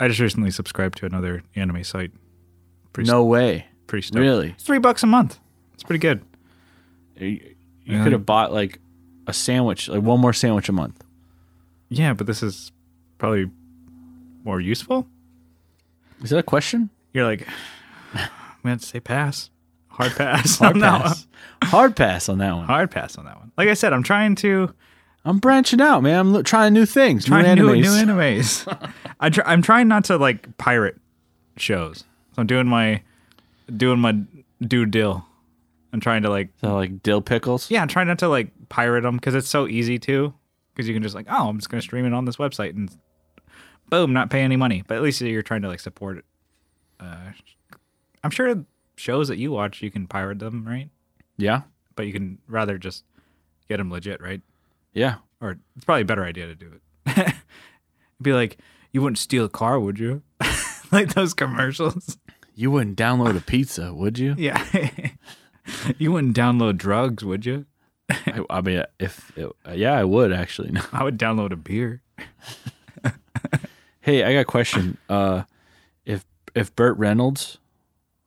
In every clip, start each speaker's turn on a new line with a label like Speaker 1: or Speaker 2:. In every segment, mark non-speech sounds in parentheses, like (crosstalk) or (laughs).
Speaker 1: I just recently subscribed to another anime site. Pretty
Speaker 2: No way.
Speaker 1: pretty stoked.
Speaker 2: Really?
Speaker 1: It's three bucks a month. It's pretty good.
Speaker 2: You, you could have bought like a sandwich, like one more sandwich a month.
Speaker 1: Yeah, but this is probably more useful.
Speaker 2: Is that a question?
Speaker 1: You're like, (sighs) I'm gonna say pass,
Speaker 2: (laughs)
Speaker 1: hard pass,
Speaker 2: Hard
Speaker 1: I'm not-
Speaker 2: pass. Hard pass on that one.
Speaker 1: hard pass on that one. Like I said, I'm trying to
Speaker 2: I'm branching out, man. I'm lo- trying new things,
Speaker 1: trying
Speaker 2: new
Speaker 1: new,
Speaker 2: animes.
Speaker 1: new
Speaker 2: (laughs)
Speaker 1: animes. I try, I'm trying not to like pirate shows. So I'm doing my doing my due dill. I'm trying to like
Speaker 2: so like dill pickles.
Speaker 1: yeah, I'm trying not to like pirate them because it's so easy to. Because you can just like, oh, I'm just gonna stream it on this website and boom, not pay any money. But at least you're trying to like support it. Uh, I'm sure shows that you watch, you can pirate them, right?
Speaker 2: Yeah.
Speaker 1: But you can rather just get them legit, right?
Speaker 2: Yeah.
Speaker 1: Or it's probably a better idea to do it. (laughs) Be like, you wouldn't steal a car, would you? (laughs) like those commercials. (laughs)
Speaker 2: You wouldn't download a pizza, would you?
Speaker 1: Yeah. (laughs) you wouldn't download drugs, would you?
Speaker 2: I, I mean, if it, yeah, I would actually. (laughs)
Speaker 1: I would download a beer.
Speaker 2: hey, I got a question. Uh, if if Burt Reynolds,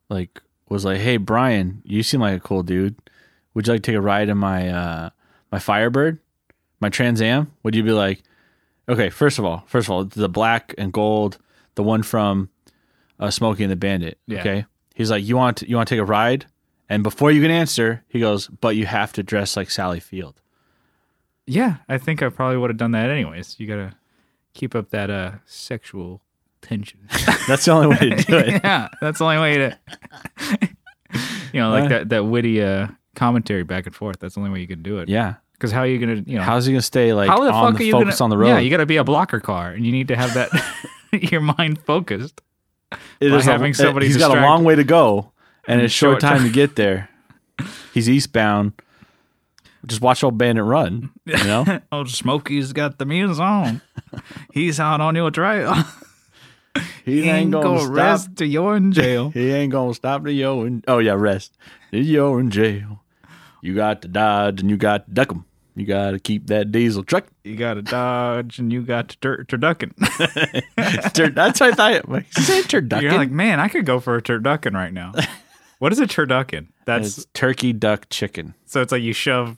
Speaker 2: like, was like, hey Brian, you seem like a cool dude. Would you like to take a ride in my uh my Firebird, my Trans Am? Would you be like, okay, first of all, first of all, the black and gold, the one from uh, Smokey and the Bandit.
Speaker 1: Yeah.
Speaker 2: Okay, he's like, you want to, you want to take a ride? And before you can answer, he goes, but you have to dress like Sally Field.
Speaker 1: Yeah, I think I probably would have done that anyways. You gotta keep up that uh sexual
Speaker 2: (laughs)
Speaker 1: tension. (laughs)
Speaker 2: That's the only way to do it.
Speaker 1: yeah, that's the only way to (laughs) you know, like that, that witty uh commentary back and forth. That's the only way you can do it.
Speaker 2: yeah.
Speaker 1: Because how are you gonna you know
Speaker 2: How's he gonna stay like
Speaker 1: how the
Speaker 2: on
Speaker 1: fuck
Speaker 2: the
Speaker 1: are you
Speaker 2: focus
Speaker 1: gonna,
Speaker 2: on the road?
Speaker 1: Yeah, you gotta be a blocker car and you need to have that (laughs) your mind focused.
Speaker 2: It
Speaker 1: by
Speaker 2: a-
Speaker 1: having somebody
Speaker 2: He's got a
Speaker 1: distract-
Speaker 2: long way to go and a
Speaker 1: Short
Speaker 2: short
Speaker 1: time.
Speaker 2: time to
Speaker 1: (laughs)
Speaker 2: get there. He's eastbound. Just watch old Bandit run.
Speaker 1: (laughs)
Speaker 2: You know,
Speaker 1: Oh Smokey's got the music on. He's out on your trail.
Speaker 2: (laughs) he ain't gonna stop.
Speaker 1: rest to your in jail.
Speaker 2: He ain't gonna stop the yo in. Oh yeah, rest. You're in jail. You got to dodge and you got to duck 'em. You got to keep that
Speaker 1: (laughs)
Speaker 2: diesel truck.
Speaker 1: you gotta dodge and you got to dirt to ducking. (laughs)
Speaker 2: That's what I thought. I'm Like, is it turducken?
Speaker 1: You're like, man, I could go for a turducken right
Speaker 2: (laughs)
Speaker 1: now. what is a turducken? That's
Speaker 2: it's turkey, duck, chicken.
Speaker 1: so it's like you shove,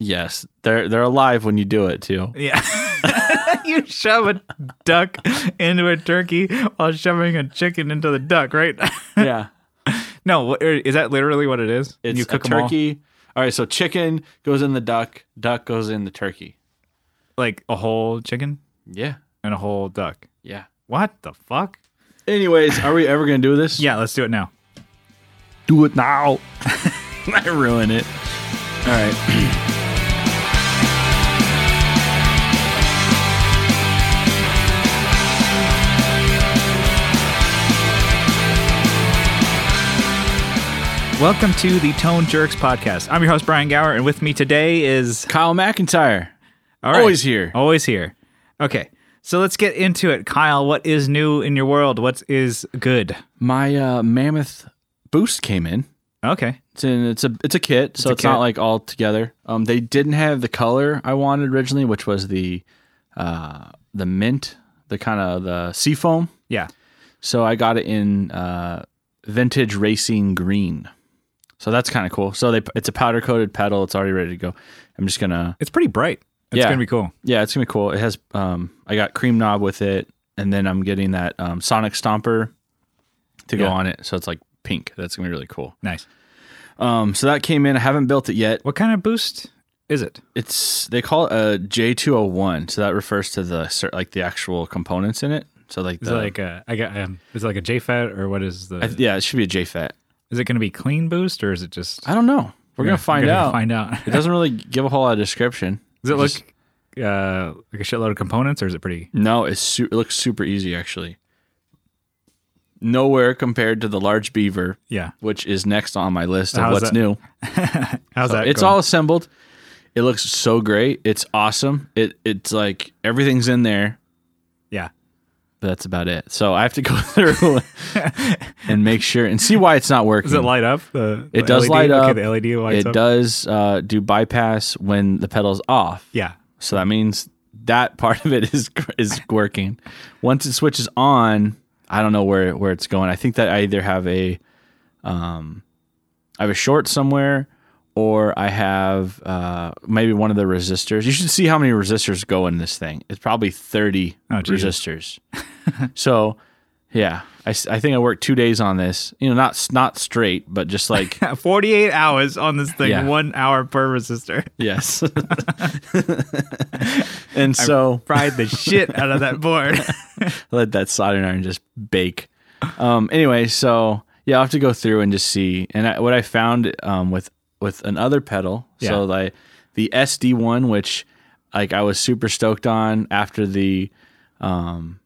Speaker 2: Yes, they're they're alive when you do it too.
Speaker 1: yeah, (laughs) you shove a duck into a turkey while shoving a chicken into the duck, right? (laughs)
Speaker 2: Yeah. (laughs)
Speaker 1: no, what- er, is that literally what it is?
Speaker 2: It's
Speaker 1: you cook
Speaker 2: a
Speaker 1: 'em all?
Speaker 2: turkey. all right, so chicken goes in the duck, duck goes in the turkey.
Speaker 1: like a whole chicken
Speaker 2: Yeah.
Speaker 1: and a whole duck.
Speaker 2: Yeah.
Speaker 1: What the fuck?
Speaker 2: Anyways, are we ever going to do this?
Speaker 1: Yeah, let's do it now.
Speaker 2: Do it now. (laughs) I ruin it. All right.
Speaker 1: Welcome to the Tone Jerks podcast. I'm your host Brian Gower, and with me today is
Speaker 2: Kyle McIntyre.
Speaker 1: All right.
Speaker 2: Always here.
Speaker 1: Always here. Okay. So let's get into it. Kyle, what is new in your world? What is good?
Speaker 2: My uh, mammoth boost came in.
Speaker 1: Okay.
Speaker 2: It's in it's a it's a kit, so
Speaker 1: a
Speaker 2: it's not
Speaker 1: kit.
Speaker 2: like all together. Um they didn't have the color I wanted originally, which was the uh the mint, the kind of the seafoam.
Speaker 1: Yeah.
Speaker 2: So I got it in uh, vintage racing green. So that's kind of cool. So they it's a powder coated pedal. It's already ready to go. I'm just gonna
Speaker 1: It's pretty bright. It's
Speaker 2: Yeah.
Speaker 1: going to be cool.
Speaker 2: yeah, it's gonna be cool. It has um I got cream knob with it, and then I'm getting that um, Sonic Stomper to go
Speaker 1: Yeah.
Speaker 2: on it. So it's like pink. That's gonna be really cool.
Speaker 1: Nice.
Speaker 2: Um, so that came in. I haven't built it yet.
Speaker 1: What kind of boost is it?
Speaker 2: It's they call it a J201. So that refers to the cer- like the actual components in it. So like
Speaker 1: Is
Speaker 2: the
Speaker 1: it like a, I got, um, is it like a JFET or what is the,
Speaker 2: Uh, I th- yeah, it should be a JFET.
Speaker 1: is it going to be clean boost or is it just,
Speaker 2: I don't know. We're gonna
Speaker 1: Yeah, (laughs)
Speaker 2: find
Speaker 1: we're gonna
Speaker 2: out.
Speaker 1: Find out.
Speaker 2: It doesn't really give a whole lot of description.
Speaker 1: Does it look
Speaker 2: Just-
Speaker 1: uh, like a shitload of components or is it pretty?
Speaker 2: No, it's su- it looks super easy actually. Nowhere compared to the large beaver,
Speaker 1: Yeah.
Speaker 2: which is next on my list of
Speaker 1: How's
Speaker 2: what's
Speaker 1: that-
Speaker 2: new.
Speaker 1: How's that?
Speaker 2: it's
Speaker 1: going?
Speaker 2: all assembled. It looks so great. It's awesome. It it's like everything's in there.
Speaker 1: Yeah.
Speaker 2: But that's about it. So I have to (laughs) go through and make sure and see why it's not working.
Speaker 1: Does it light up? The,
Speaker 2: It
Speaker 1: the
Speaker 2: does
Speaker 1: LED?
Speaker 2: light
Speaker 1: okay,
Speaker 2: up.
Speaker 1: The LED lights
Speaker 2: it
Speaker 1: up.
Speaker 2: does uh, do bypass when the pedal's off.
Speaker 1: Yeah.
Speaker 2: So that means that part of it is is working. Once it switches on, I don't know where where it's going. I think that I either have a um I have a short somewhere or I have uh maybe one of the resistors. You should see how many resistors go in this thing. It's probably 30
Speaker 1: Oh, Jesus.
Speaker 2: resistors. so, yeah, I, s- I think I worked 2 days on this. You know, not s- not straight, but
Speaker 1: (laughs)
Speaker 2: just like
Speaker 1: 48 hours on this thing,
Speaker 2: Yeah.
Speaker 1: one hour per resistor. (laughs)
Speaker 2: yes. (laughs) and so
Speaker 1: Fried the shit out of that board.
Speaker 2: let that soldering iron just bake. Um, anyway, so yeah, I'll have to go through and just see. And I, what I found um, with with another pedal, so like the SD one, which like I was super stoked on after the um,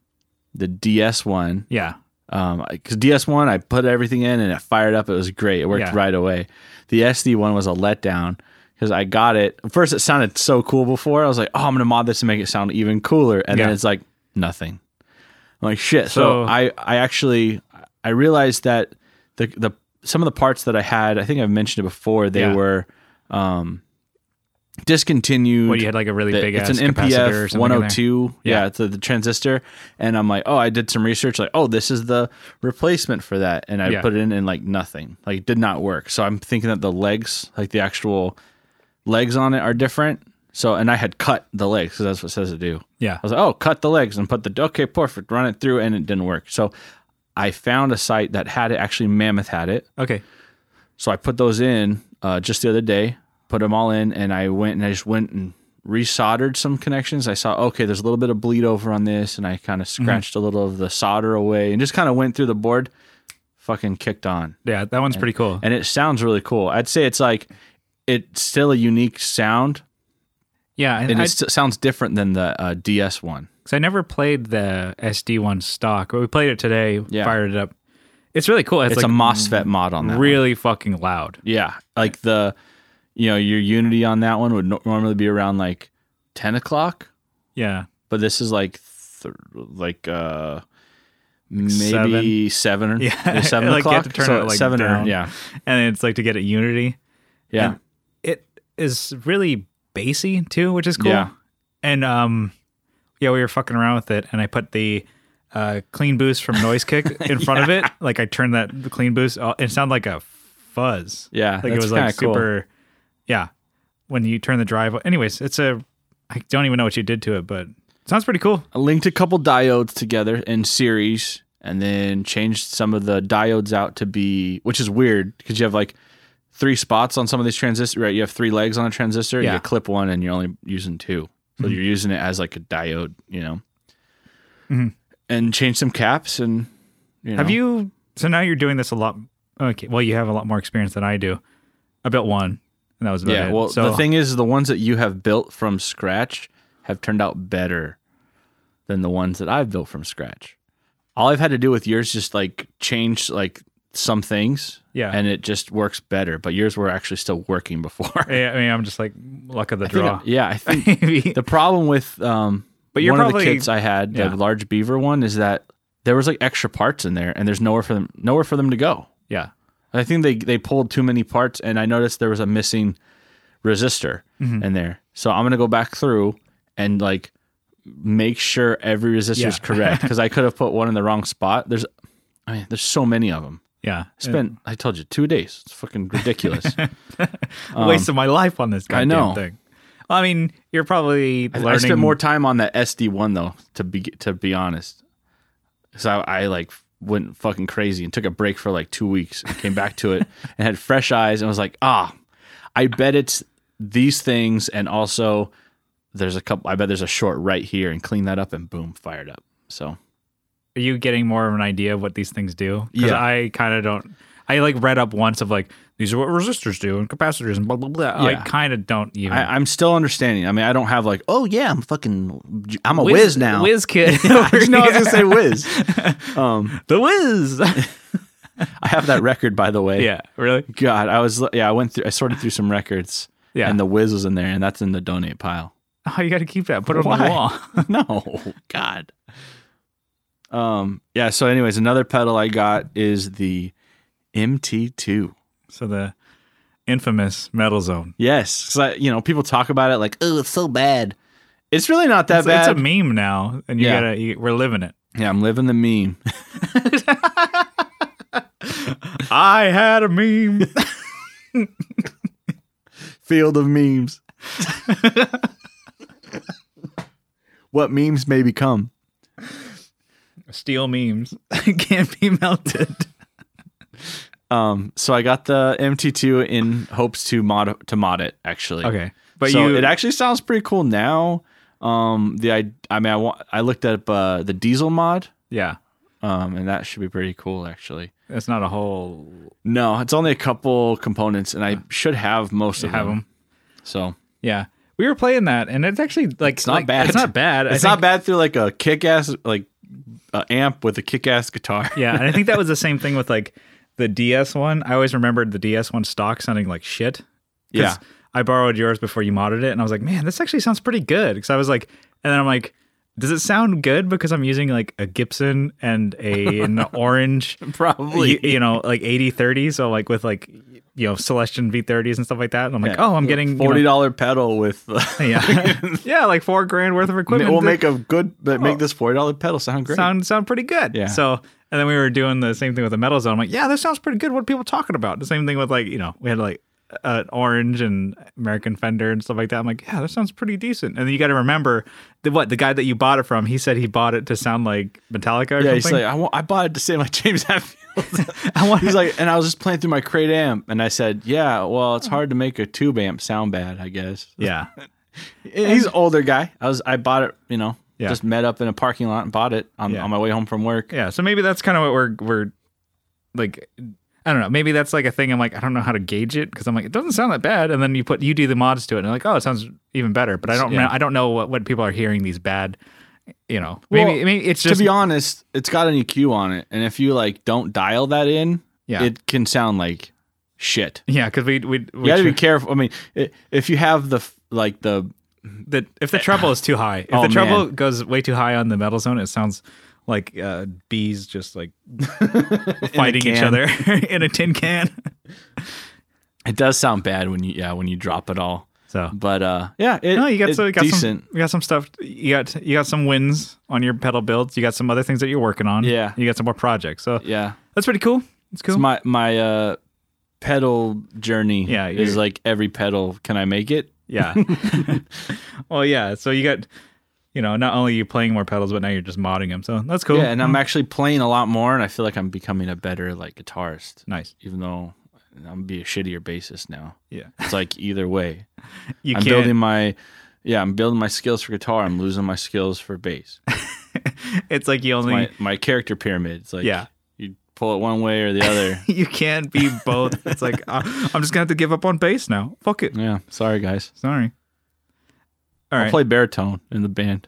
Speaker 2: the DS one,
Speaker 1: (laughs) yeah.
Speaker 2: um, because DS one I put everything in and it fired up. It was great. It worked
Speaker 1: Yeah.
Speaker 2: right away. The SD one was a letdown because I got it first. It sounded so cool before. I was like, oh, I'm gonna mod this and make it sound even cooler. And then
Speaker 1: Yeah.
Speaker 2: it's like nothing. I'm like shit. So,
Speaker 1: So-
Speaker 2: I I actually I realized that the the some of the parts that I had I think I've mentioned it before. They
Speaker 1: Yeah.
Speaker 2: were um, discontinued
Speaker 1: Well, you had like a really
Speaker 2: that
Speaker 1: big
Speaker 2: it's
Speaker 1: ass
Speaker 2: an
Speaker 1: capacitor or
Speaker 2: MPF
Speaker 1: something. in there.
Speaker 2: 102.
Speaker 1: Yeah.
Speaker 2: Yeah, it's a, the transistor. And I'm like, oh, I did some research. Like, oh, this is the replacement for that. And I
Speaker 1: Yeah.
Speaker 2: put it in and like nothing. Like, it did not work. So I'm thinking that the legs, like the actual legs on it, are different. So, and I had cut the legs because that's what it says to do.
Speaker 1: Yeah.
Speaker 2: I was like, oh, cut the legs and put the okay, perfect, run it through, and it didn't work. So I found a site that had it. Actually, Mammoth had it.
Speaker 1: Okay.
Speaker 2: So I put those in uh, just the other day, put them all in, and I went and I just went and resoldered some connections. I saw, okay, there's a little bit of bleed over on this, and I kind of
Speaker 1: Mm-hmm.
Speaker 2: scratched a little of the solder away and just kind of went through the board, fucking kicked on.
Speaker 1: Yeah. That one's pretty cool.
Speaker 2: And it sounds really cool. I'd say it's like, it's still a unique sound,
Speaker 1: Yeah. And
Speaker 2: and
Speaker 1: I,
Speaker 2: it st- sounds different than the uh, DS one.
Speaker 1: cause I never played the SD1 stock, but we played it today,
Speaker 2: Yeah.
Speaker 1: fired it up. It's really cool. It's,
Speaker 2: It's,
Speaker 1: like
Speaker 2: a MOSFET mod on that. one.
Speaker 1: really fucking loud.
Speaker 2: Yeah, like the, you know, your unity on that one would no- normally be around like ten o'clock.
Speaker 1: Yeah.
Speaker 2: but this is like th- like uh (laughs) maybe seven,
Speaker 1: Yeah.
Speaker 2: yeah,
Speaker 1: (laughs)
Speaker 2: seven
Speaker 1: Like, you have
Speaker 2: o'clock.
Speaker 1: to turn
Speaker 2: So
Speaker 1: it, like,
Speaker 2: seven, or-
Speaker 1: down.
Speaker 2: yeah,
Speaker 1: And it's like to get at Unity.
Speaker 2: yeah,
Speaker 1: And it is really bassy too, which is cool.
Speaker 2: Yeah.
Speaker 1: And um, yeah, we were fucking around with it, and I put the uh, clean boost from Noise
Speaker 2: (laughs)
Speaker 1: Kick in front of it. Like I turned that the clean boost. uh, It sounded like a fuzz.
Speaker 2: yeah.
Speaker 1: like it
Speaker 2: that's
Speaker 1: was like
Speaker 2: kinda cool.
Speaker 1: super. Yeah, when you turn the drive. Anyways, it's a. I don't even know what you did to it, but it sounds pretty cool.
Speaker 2: I linked a couple diodes together in series, and then changed some of the diodes out to be, which is weird because you have like three spots on some of these transistors. Right, you have three legs on a transistor.
Speaker 1: Yeah. Mm-hmm.
Speaker 2: You clip one, and you're only using two, so you're using it as like a diode, you know.
Speaker 1: Mhm.
Speaker 2: And change some caps, and you know.
Speaker 1: Have you? So now you're doing this a lot. Okay, well, you have a lot more experience than I do. I built one, and that was about
Speaker 2: Yeah,
Speaker 1: it.
Speaker 2: well,
Speaker 1: so,
Speaker 2: the thing is, the ones that you have built from scratch have turned out better than the ones that I've built from scratch. All I've had to do with yours is just like change like some things,
Speaker 1: yeah,
Speaker 2: and it just works better. But yours were actually still working (laughs) before.
Speaker 1: Yeah, I mean, I'm just like luck of the draw.
Speaker 2: (laughs) yeah, I
Speaker 1: (laughs)
Speaker 2: think
Speaker 1: Maybe.
Speaker 2: the problem with um,
Speaker 1: But you're
Speaker 2: one of the
Speaker 1: probably-
Speaker 2: kits I had,
Speaker 1: yeah.
Speaker 2: the large beaver one, is that there was like extra parts in there, and there's nowhere for them nowhere for them to go.
Speaker 1: yeah,
Speaker 2: I think they they pulled too many parts, and I noticed there was a missing resistor
Speaker 1: Mm-hmm.
Speaker 2: in there. So I'm gonna go back through and like make sure every resistor is
Speaker 1: Yeah. (laughs)
Speaker 2: correct because I could have put one in the wrong spot. There's, I mean, there's so many of them.
Speaker 1: yeah.
Speaker 2: I spent, I told you, two days. It's
Speaker 1: (laughs)
Speaker 2: fucking ridiculous.
Speaker 1: A waste of my life on this goddamn
Speaker 2: Um, know.
Speaker 1: thing. Well, I mean, you're probably learning.
Speaker 2: I spent more time on that SD one though, to be to be honest, because I, I like went fucking crazy and took a break for like two weeks and came back
Speaker 1: (laughs)
Speaker 2: to it and had fresh eyes and was like, ah, I bet it's these things and also there's a couple. I bet there's a short right here and clean that up and boom, fired up. So
Speaker 1: Are you getting more of an idea of what these things do? 'Cause
Speaker 2: Yeah.
Speaker 1: I kind of don't. I like read up once of like these are what resistors do and capacitors and blah blah blah.
Speaker 2: Yeah.
Speaker 1: I kind of don't even.
Speaker 2: I, I'm still understanding. I mean, I don't have like, oh yeah, I'm fucking, I'm a whiz, now. (laughs)
Speaker 1: Whiz kid. (laughs)
Speaker 2: no, I was gonna say whiz. Um,
Speaker 1: the whiz.
Speaker 2: I have that record by the
Speaker 1: (laughs)
Speaker 2: way.
Speaker 1: yeah, really.
Speaker 2: God, I was yeah, I went through I sorted through some records.
Speaker 1: Yeah.
Speaker 2: And the whiz was in there, and that's in the donate pile.
Speaker 1: (laughs) Oh, you got to keep that. Put it on
Speaker 2: Why?
Speaker 1: the wall.
Speaker 2: no. (laughs) God. Um yeah, so anyways, another pedal I got is the MT2.
Speaker 1: So the infamous metal zone.
Speaker 2: Yes. 'cause I, you know, people talk about it like, oh, it's so bad. It's really not that
Speaker 1: It's, it's
Speaker 2: bad.
Speaker 1: a meme now, and you
Speaker 2: Yeah.
Speaker 1: gotta. You, we're living it.
Speaker 2: yeah, I'm living
Speaker 1: (laughs)
Speaker 2: the meme.
Speaker 1: I had a meme.
Speaker 2: Field
Speaker 1: (laughs)
Speaker 2: of memes. what memes may become.
Speaker 1: Steel memes (laughs) can't be melted.
Speaker 2: Um, so I got the MT2 in hopes to mod to mod it actually.
Speaker 1: Okay, but
Speaker 2: but
Speaker 1: you
Speaker 2: it actually sounds pretty cool now. Um, the I I mean I want I looked up uh, the diesel mod.
Speaker 1: yeah,
Speaker 2: Um, and that should be pretty cool actually.
Speaker 1: it's not a whole
Speaker 2: No, it's only a couple components, and I should have most of
Speaker 1: have
Speaker 2: them.
Speaker 1: them.
Speaker 2: So
Speaker 1: Yeah, we were playing that, and it's actually like
Speaker 2: not
Speaker 1: like,
Speaker 2: bad.
Speaker 1: It's not bad.
Speaker 2: it's not bad through like a kick ass like uh, amp with a kick ass guitar.
Speaker 1: yeah, and I think that was the same thing with like the DS one. I always remembered the DS one stock sounding like shit. 'Cause
Speaker 2: Yeah.
Speaker 1: I borrowed yours before you modded it, and I was like, man, this actually sounds pretty good. Because I was like, and then I'm like, does it sound good? Because I'm using like a Gibson and a
Speaker 2: (laughs)
Speaker 1: an orange.
Speaker 2: Probably.
Speaker 1: You, you know, like 80 30, so like with like, you know, Celestion V30s and stuff like that. And I'm like,
Speaker 2: Yeah.
Speaker 1: oh, I'm
Speaker 2: (laughs)
Speaker 1: getting you know-
Speaker 2: Forty dollar pedal with. (laughs) Uh,
Speaker 1: (laughs) yeah, yeah, like four grand worth of equipment.
Speaker 2: we'll
Speaker 1: to
Speaker 2: make a good, but make this forty dollar pedal sound great.
Speaker 1: sound sound pretty good.
Speaker 2: Yeah.
Speaker 1: So and then we were doing the same thing with the metal zone. I'm like, yeah, this sounds pretty good. What are people talking about? The same thing with like, you know, we had like uh, orange and American Fender and stuff like that. I'm like, yeah, that sounds pretty decent. And then you got to remember the what the guy that you bought it from. He said he bought it to sound like Metallica or
Speaker 2: yeah, he's
Speaker 1: something.
Speaker 2: like, I, want, I bought it to say my James
Speaker 1: (laughs)
Speaker 2: Hetfield.
Speaker 1: I want
Speaker 2: he's like, and I was just playing through my crate amp, and I said, yeah, well, it's hard to make a tube amp sound bad, I guess.
Speaker 1: Oh. yeah,
Speaker 2: He's an older guy. I was, I bought it, you know,
Speaker 1: Yeah.
Speaker 2: just met up in a parking lot and bought it on,
Speaker 1: Yeah.
Speaker 2: on my way home from work.
Speaker 1: yeah. So maybe that's kind of what we're we're like. I don't know. Maybe that's like a thing. I'm like, I don't know how to gauge it because I'm like, it doesn't sound that bad. And then you put you do the mods to it, and they're like, oh, it sounds even better. But I don't.
Speaker 2: Yeah.
Speaker 1: I don't know what, what people are hearing these bad. You know, maybe
Speaker 2: Well,
Speaker 1: maybe it's just
Speaker 2: to be honest, it's got an EQ on it, and if you like don't dial that in,
Speaker 1: Yeah.
Speaker 2: it can sound like shit.
Speaker 1: yeah, because we we, we
Speaker 2: You got to be
Speaker 1: tr-
Speaker 2: careful. I mean, i- if you have the f- like the
Speaker 1: the, if the treble is too high, if
Speaker 2: Oh,
Speaker 1: the treble
Speaker 2: man.
Speaker 1: goes way too high on the metal zone, it sounds like uh, bees just
Speaker 2: (laughs)
Speaker 1: like fighting each
Speaker 2: can.
Speaker 1: other (laughs) in a tin can. (laughs)
Speaker 2: It does sound bad when you yeah when you drop it all.
Speaker 1: So
Speaker 2: But uh yeah, it,
Speaker 1: No, you got
Speaker 2: it's
Speaker 1: so you got
Speaker 2: decent.
Speaker 1: some you got some stuff. You got you got some wins on your pedal builds. You got some other things that you're working on.
Speaker 2: Yeah.
Speaker 1: you got some more projects. So
Speaker 2: yeah.
Speaker 1: that's pretty cool. It's cool.
Speaker 2: It's my my uh pedal journey
Speaker 1: Yeah,
Speaker 2: is
Speaker 1: you're-
Speaker 2: like every pedal can I make it? (laughs)
Speaker 1: yeah. (laughs) well, yeah. So you got you know not only are you playing more pedals, but now you're just modding them. So that's cool.
Speaker 2: Yeah, and I'm actually playing a lot more and I feel like I'm becoming a better like guitarist
Speaker 1: nice.
Speaker 2: even though I'm gonna be a shittier bassist now.
Speaker 1: Yeah,
Speaker 2: It's like either way.
Speaker 1: (laughs) you
Speaker 2: I'm
Speaker 1: can't.
Speaker 2: building my yeah, I'm building my skills for guitar, I'm losing my skills for bass.
Speaker 1: (laughs) it's like you only
Speaker 2: My my character pyramid. It's like
Speaker 1: Yeah.
Speaker 2: you pull it one way or the
Speaker 1: (laughs)
Speaker 2: other.
Speaker 1: (laughs) you can't be both. it's
Speaker 2: (laughs)
Speaker 1: like uh, I'm just gonna have to give up on bass now. Fuck it.
Speaker 2: yeah, sorry guys.
Speaker 1: Sorry. All
Speaker 2: I'll
Speaker 1: right.
Speaker 2: play baritone in the band.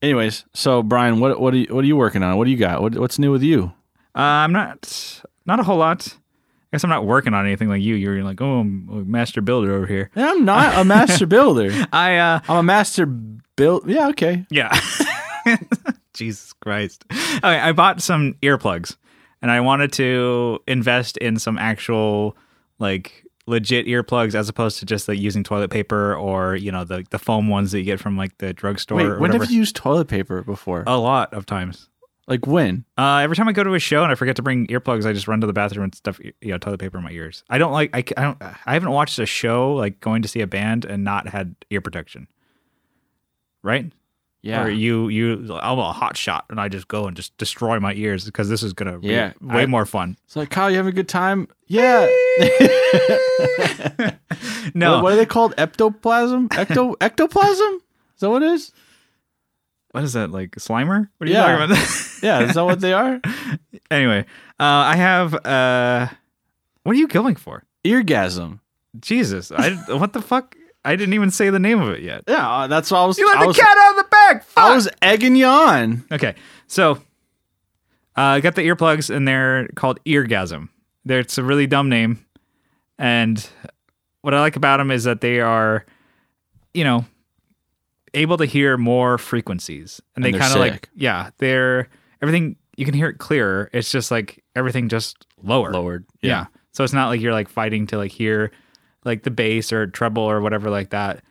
Speaker 2: Anyways, so Brian, what what are you, what are you working on? What do you got? What, what's new with you?
Speaker 1: Uh, I'm not not a whole lot. I guess I'm not working on anything like you. You're like, oh, I'm a master builder over here.
Speaker 2: I'm not a
Speaker 1: (laughs)
Speaker 2: master builder.
Speaker 1: I uh
Speaker 2: I'm a master build. Yeah, okay.
Speaker 1: yeah. (laughs) Jesus Christ. Okay, I bought some earplugs and I wanted to invest in some actual like legit earplugs as opposed to just like using toilet paper or, you know, the the foam ones that you get from like the drugstore
Speaker 2: Wait,
Speaker 1: or
Speaker 2: when
Speaker 1: whatever. Uh,
Speaker 2: have you used toilet paper before?
Speaker 1: a lot of times.
Speaker 2: like when?
Speaker 1: Uh, every time I go to a show and I forget to bring earplugs, I just run to the bathroom and stuff, you know, toilet paper in my ears. I don't like, I, c- I don't, I haven't watched a show like going to see a band and not had ear protection. Right?
Speaker 2: Yeah.
Speaker 1: Or you, you, I'm a hot shot and I just go and just destroy my ears because this is going to be
Speaker 2: Yeah,
Speaker 1: way
Speaker 2: I-
Speaker 1: more
Speaker 2: (laughs)
Speaker 1: fun. (laughs)
Speaker 2: it's like Kyle, you having a good time? Yeah.
Speaker 1: No,
Speaker 2: What, what are they called? Eptoplasm? Ecto ectoplasm? Is that what it is?
Speaker 1: what is that? Like Slimer? What are you
Speaker 2: Yeah.
Speaker 1: talking about? (laughs)
Speaker 2: Yeah, is that what they are?
Speaker 1: anyway, uh, I have, uh, what are you going for?
Speaker 2: Eargasm.
Speaker 1: Jesus. I, what the fuck? I didn't even say the name of it yet.
Speaker 2: Yeah, uh, that's what I was.
Speaker 1: You let
Speaker 2: I
Speaker 1: the
Speaker 2: was,
Speaker 1: cat out of the bag. Fuck.
Speaker 2: I was egging you on.
Speaker 1: Okay, so uh, I got the earplugs, and they're called Eargasm. They're, it's a really dumb name, and what I like about them is that they are, you know, able to hear more frequencies, and,
Speaker 2: And
Speaker 1: they
Speaker 2: they're
Speaker 1: kind of like
Speaker 2: sick.
Speaker 1: yeah, they're everything you can hear it clearer. It's just like everything just lower,
Speaker 2: Lowered.
Speaker 1: yeah. So it's not like you're like fighting to like hear like the bass or treble or whatever like that.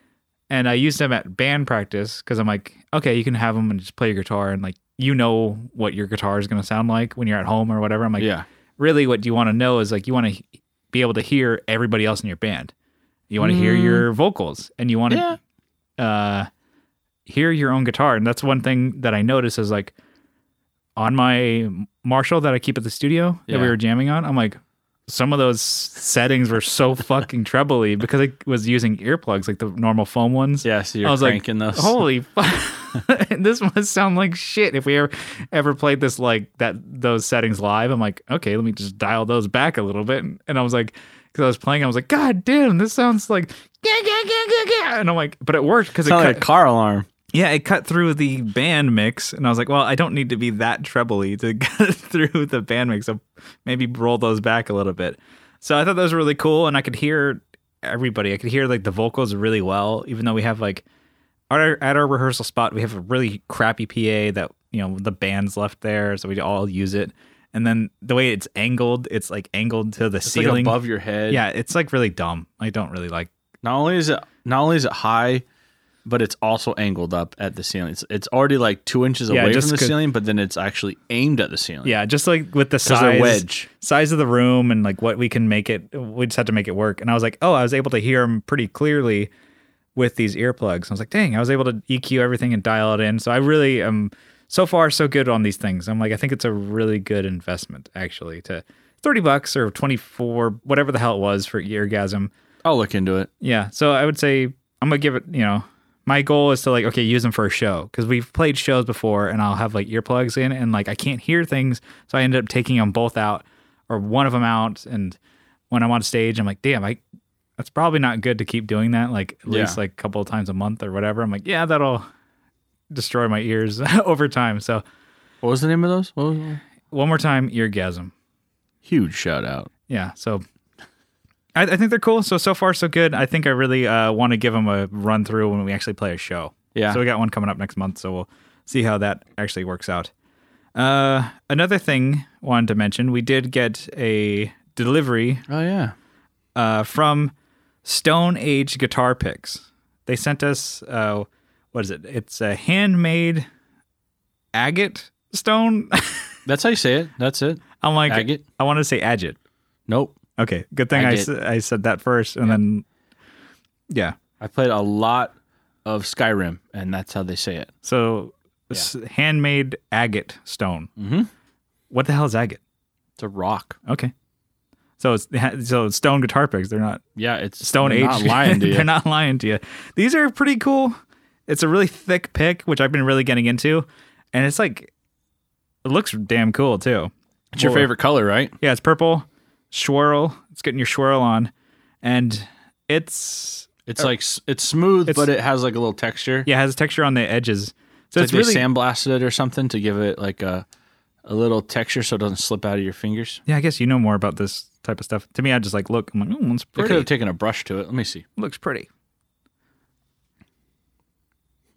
Speaker 1: and I used them at band practice because I'm like, okay, you can have them and just play your guitar and like you know what your guitar is going to sound like when you're at home or whatever. I'm like,
Speaker 2: yeah.
Speaker 1: really what you want to know is like you want to be able to hear everybody else in your band. You want to hear
Speaker 2: Mm.
Speaker 1: your vocals and you want
Speaker 2: Yeah.
Speaker 1: to uh, hear your own guitar. And that's one thing that I notice is like on my Marshall that I keep at the studio that we
Speaker 2: Yeah.
Speaker 1: were jamming on, I'm like, some of those settings were so fucking (laughs) trebly because I was using earplugs, like the normal foam ones.
Speaker 2: Yeah. So you're
Speaker 1: I was like,
Speaker 2: cranking those. (laughs)
Speaker 1: Holy fuck! (laughs) this must sound like shit. If we ever ever played this like that those settings live, I'm like, okay, let me just dial those back a little bit. And I was like, because I was playing, I was like, God damn, this sounds like (laughs) yeah, yeah, yeah, yeah, yeah. And I'm like, but it worked because it
Speaker 2: it's not
Speaker 1: cut,
Speaker 2: like a car alarm.
Speaker 1: yeah, it cut through the band mix, and I was like, well, I don't need to be that trebly to (laughs) cut through the band mix. So maybe roll those back a little bit. So I thought those were really cool, and I could hear everybody. I could hear like the vocals really well, even though we have like at our, at our rehearsal spot, we have a really crappy PA that you know the band's left there, so we all use it. And then the way it's angled, it's like angled to the
Speaker 2: It's
Speaker 1: ceiling.
Speaker 2: like above your head.
Speaker 1: yeah, it's like really dumb. I don't really like.
Speaker 2: Not only is it not only is it high, but it's also angled up at the ceiling. It's it's already like two inches
Speaker 1: Yeah,
Speaker 2: away
Speaker 1: just
Speaker 2: from the
Speaker 1: could-
Speaker 2: ceiling, but then it's actually aimed at the ceiling.
Speaker 1: Yeah, just like with the
Speaker 2: Because
Speaker 1: size
Speaker 2: they're wedge.
Speaker 1: size of the room and like what we can make it we just had to make it work and i was like oh i was able to hear them pretty clearly with these earplugs i was like dang i was able to eq everything and dial it in so i really am so far so good on these things i'm like i think it's a really good investment actually to 30 bucks or 24 whatever the hell it was for eargasm
Speaker 2: I'll look into it.
Speaker 1: yeah. So I would say I'm gonna give it. You know, my goal is to like okay, use them for a show because we've played shows before, and I'll have like earplugs in, and like I can't hear things, so I end up taking them both out or one of them out, and when I'm on stage, I'm like, damn, I. That's probably not good to keep doing that. Like at
Speaker 2: Yeah.
Speaker 1: least like a couple of times a month or whatever. I'm like, yeah, that'll destroy my ears (laughs) over time. So
Speaker 2: What was the name of those? What was-
Speaker 1: one more time, eargasm.
Speaker 2: Huge shout out.
Speaker 1: yeah so I, I think they're cool so so far so good i think i really uh, want to give them a run through when we actually play a show
Speaker 2: Yeah.
Speaker 1: so we got one coming up next month so we'll see how that actually works out uh, another thing wanted to mention we did get a delivery
Speaker 2: oh yeah.
Speaker 1: uh, from Stone Age Guitar Picks. They sent us uh, what is it? It's a handmade agate stone. (laughs)
Speaker 2: That's how you say it. That's it.
Speaker 1: I'm like,
Speaker 2: Agate?
Speaker 1: I want to say agate,
Speaker 2: Nope.
Speaker 1: Okay, good thing I,
Speaker 2: I
Speaker 1: s- I said that first, and then yeah.
Speaker 2: I played a lot of Skyrim, and that's how they say it.
Speaker 1: So s- handmade agate stone.
Speaker 2: Mm-hmm.
Speaker 1: What the hell is agate?
Speaker 2: It's a rock.
Speaker 1: Okay, so it's ha- so it's stone guitar picks. They're not
Speaker 2: Yeah, it's
Speaker 1: stone
Speaker 2: they're
Speaker 1: age. (laughs)
Speaker 2: Not lying to
Speaker 1: they're
Speaker 2: you.
Speaker 1: not lying to you. These are pretty cool. It's a really thick pick, which I've been really getting into, and it's like it looks damn cool too.
Speaker 2: It's your favorite color, right?
Speaker 1: Yeah, it's purple swirl. It's getting your swirl on, and it's
Speaker 2: It's like s- it's smooth,
Speaker 1: Uh, It's-
Speaker 2: but it has like a little texture.
Speaker 1: yeah it has texture on the edges. So it's,
Speaker 2: It's like
Speaker 1: really
Speaker 2: they sandblasted it or something to give it like a a little texture so it doesn't slip out of your fingers.
Speaker 1: Yeah, I guess you know more about this type of stuff. To me, I just like look. I'm like, oh, it's
Speaker 2: They could
Speaker 1: pretty.
Speaker 2: have taken a brush to it. Let me see.
Speaker 1: looks pretty.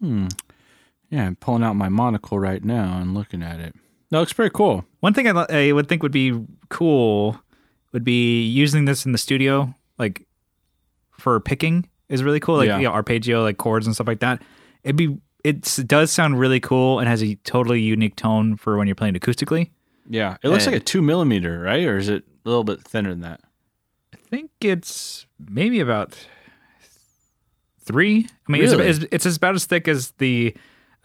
Speaker 2: Yeah, I'm pulling out my monocle right now and looking at it. That looks pretty cool.
Speaker 1: One thing I, lo- I would think would be cool would be using this in the studio, like for picking is really cool. Like
Speaker 2: Yeah.
Speaker 1: you know, arpeggio, like chords and stuff like that. It'd be it does sound really cool and has a totally unique tone for when you're playing acoustically.
Speaker 2: Yeah, it looks
Speaker 1: Hey.
Speaker 2: like a two millimeter, right? Or is it a little bit thinner than that?
Speaker 1: I think it's maybe about three. I mean, it's-
Speaker 2: Really?
Speaker 1: it's, it's, about as thick as the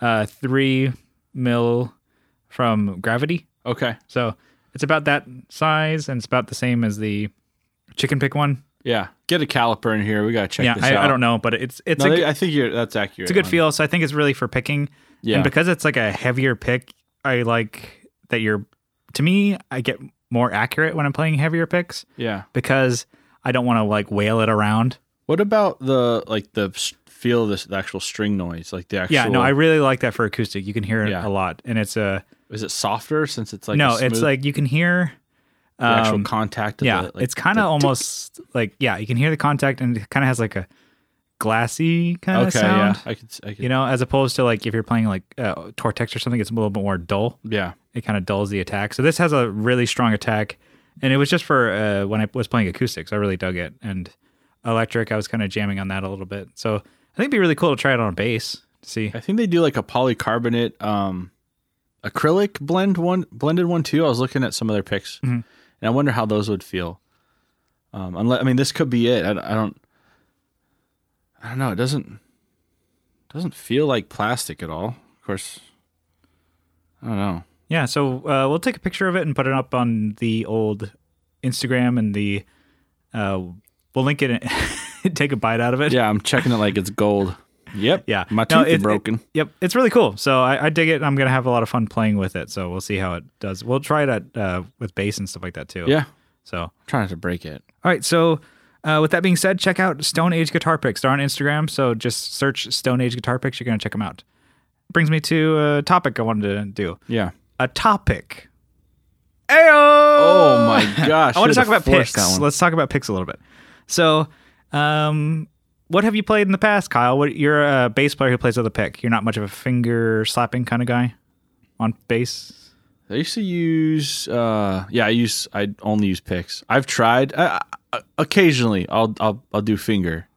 Speaker 1: uh, three mil from Gravity.
Speaker 2: Okay.
Speaker 1: So it's about that size, and it's about the same as the chicken pick one.
Speaker 2: Yeah, get a caliper in here. We gotta check
Speaker 1: yeah,
Speaker 2: this out.
Speaker 1: I, I don't know, but it's it's
Speaker 2: No,
Speaker 1: a,
Speaker 2: they-
Speaker 1: good-
Speaker 2: I think you're, that's accurate.
Speaker 1: it's a good
Speaker 2: on-
Speaker 1: feel. So I think it's really for picking.
Speaker 2: Yeah,
Speaker 1: And because it's like a heavier pick, I like that you're. To me, I get more accurate when I'm playing heavier picks
Speaker 2: yeah.
Speaker 1: because I don't want to like wail it around.
Speaker 2: What about the like the s- feel of this, the actual string noise, like the actual?
Speaker 1: Yeah, no, I really like that for acoustic. You can hear it
Speaker 2: Yeah.
Speaker 1: a lot, and it's a
Speaker 2: is it softer since it's like
Speaker 1: no.
Speaker 2: a smooth,
Speaker 1: It's like you can hear.
Speaker 2: the actual
Speaker 1: um,
Speaker 2: contact. Of
Speaker 1: yeah,
Speaker 2: the, like,
Speaker 1: it's kind
Speaker 2: the
Speaker 1: of
Speaker 2: tick.
Speaker 1: almost like yeah, you can hear the contact, and it kind of has like a glassy kind of
Speaker 2: okay.
Speaker 1: sound.
Speaker 2: Yeah, I could. s- I could
Speaker 1: You know, as opposed to like if you're playing like uh, Tortex or something, it's a little bit more dull.
Speaker 2: yeah,
Speaker 1: It kind of dulls the attack. So this has a really strong attack, and it was just for uh, when I was playing acoustics. I really dug it, and electric. I was kind of jamming on that a little bit. So I think it'd be really cool to try it on a base. See,
Speaker 2: I think they do like a polycarbonate um acrylic blend one blended one too. I was looking at some of their picks,
Speaker 1: Mm-hmm.
Speaker 2: and I wonder how those would feel. Um, unless I mean, this could be it. I, I don't. I don't know. It doesn't doesn't feel like plastic at all. Of course, I don't know.
Speaker 1: yeah. So uh, we'll take a picture of it and put it up on the old Instagram and the. Uh, we'll link it and (laughs) take a bite out of it.
Speaker 2: Yeah, I'm checking it like it's gold. Yep.
Speaker 1: (laughs) Yeah.
Speaker 2: My
Speaker 1: No,
Speaker 2: teeth
Speaker 1: it-
Speaker 2: are
Speaker 1: it-
Speaker 2: broken.
Speaker 1: Yep, it's really cool. So I, I dig it. I'm gonna have a lot of fun playing with it. So we'll see how it does. We'll try it at, uh, with bass and stuff like that too.
Speaker 2: yeah.
Speaker 1: So
Speaker 2: trying to break it.
Speaker 1: All right. So, uh, with that being said, check out Stone Age Guitar Picks. They're on Instagram. So just search Stone Age Guitar Picks. You're going to check them out. Brings me to a topic I wanted to do.
Speaker 2: Yeah.
Speaker 1: A topic. Ayo!
Speaker 2: Oh my gosh.
Speaker 1: I want to
Speaker 2: should've
Speaker 1: talk about
Speaker 2: forced that
Speaker 1: picks.
Speaker 2: one.
Speaker 1: Let's talk about picks a little bit. So, um, what have you played in the past, Kyle? What, you're a bass player who plays with a pick. You're not much of a finger slapping kind of guy on bass.
Speaker 2: I used to use, uh, yeah, I use, I only use picks. I've tried I, I, occasionally. I'll, I'll, I'll do finger,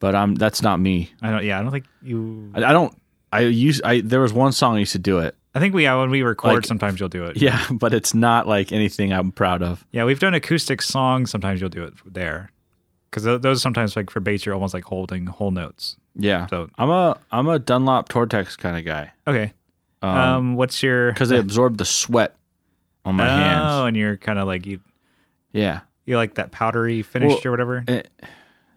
Speaker 2: but I'm that's not me.
Speaker 1: I don't. Yeah, I don't think you.
Speaker 2: I, I don't. I use. I there was one song I used to do it. (laughs)
Speaker 1: I think we yeah, when we record,
Speaker 2: Like-
Speaker 1: sometimes you'll do it.
Speaker 2: Yeah, but it's not like anything I'm proud of.
Speaker 1: Yeah, we've done acoustic songs. Sometimes you'll do it there, because those sometimes like for bass you're almost like holding whole notes.
Speaker 2: Yeah,
Speaker 1: So-
Speaker 2: I'm a I'm a Dunlop Tortex kind of guy
Speaker 1: Okay. Um, what's your
Speaker 2: because they absorb the sweat on my
Speaker 1: oh,
Speaker 2: hands.
Speaker 1: and you're kind of like you
Speaker 2: Yeah,
Speaker 1: you like that powdery finish
Speaker 2: Well,
Speaker 1: or whatever.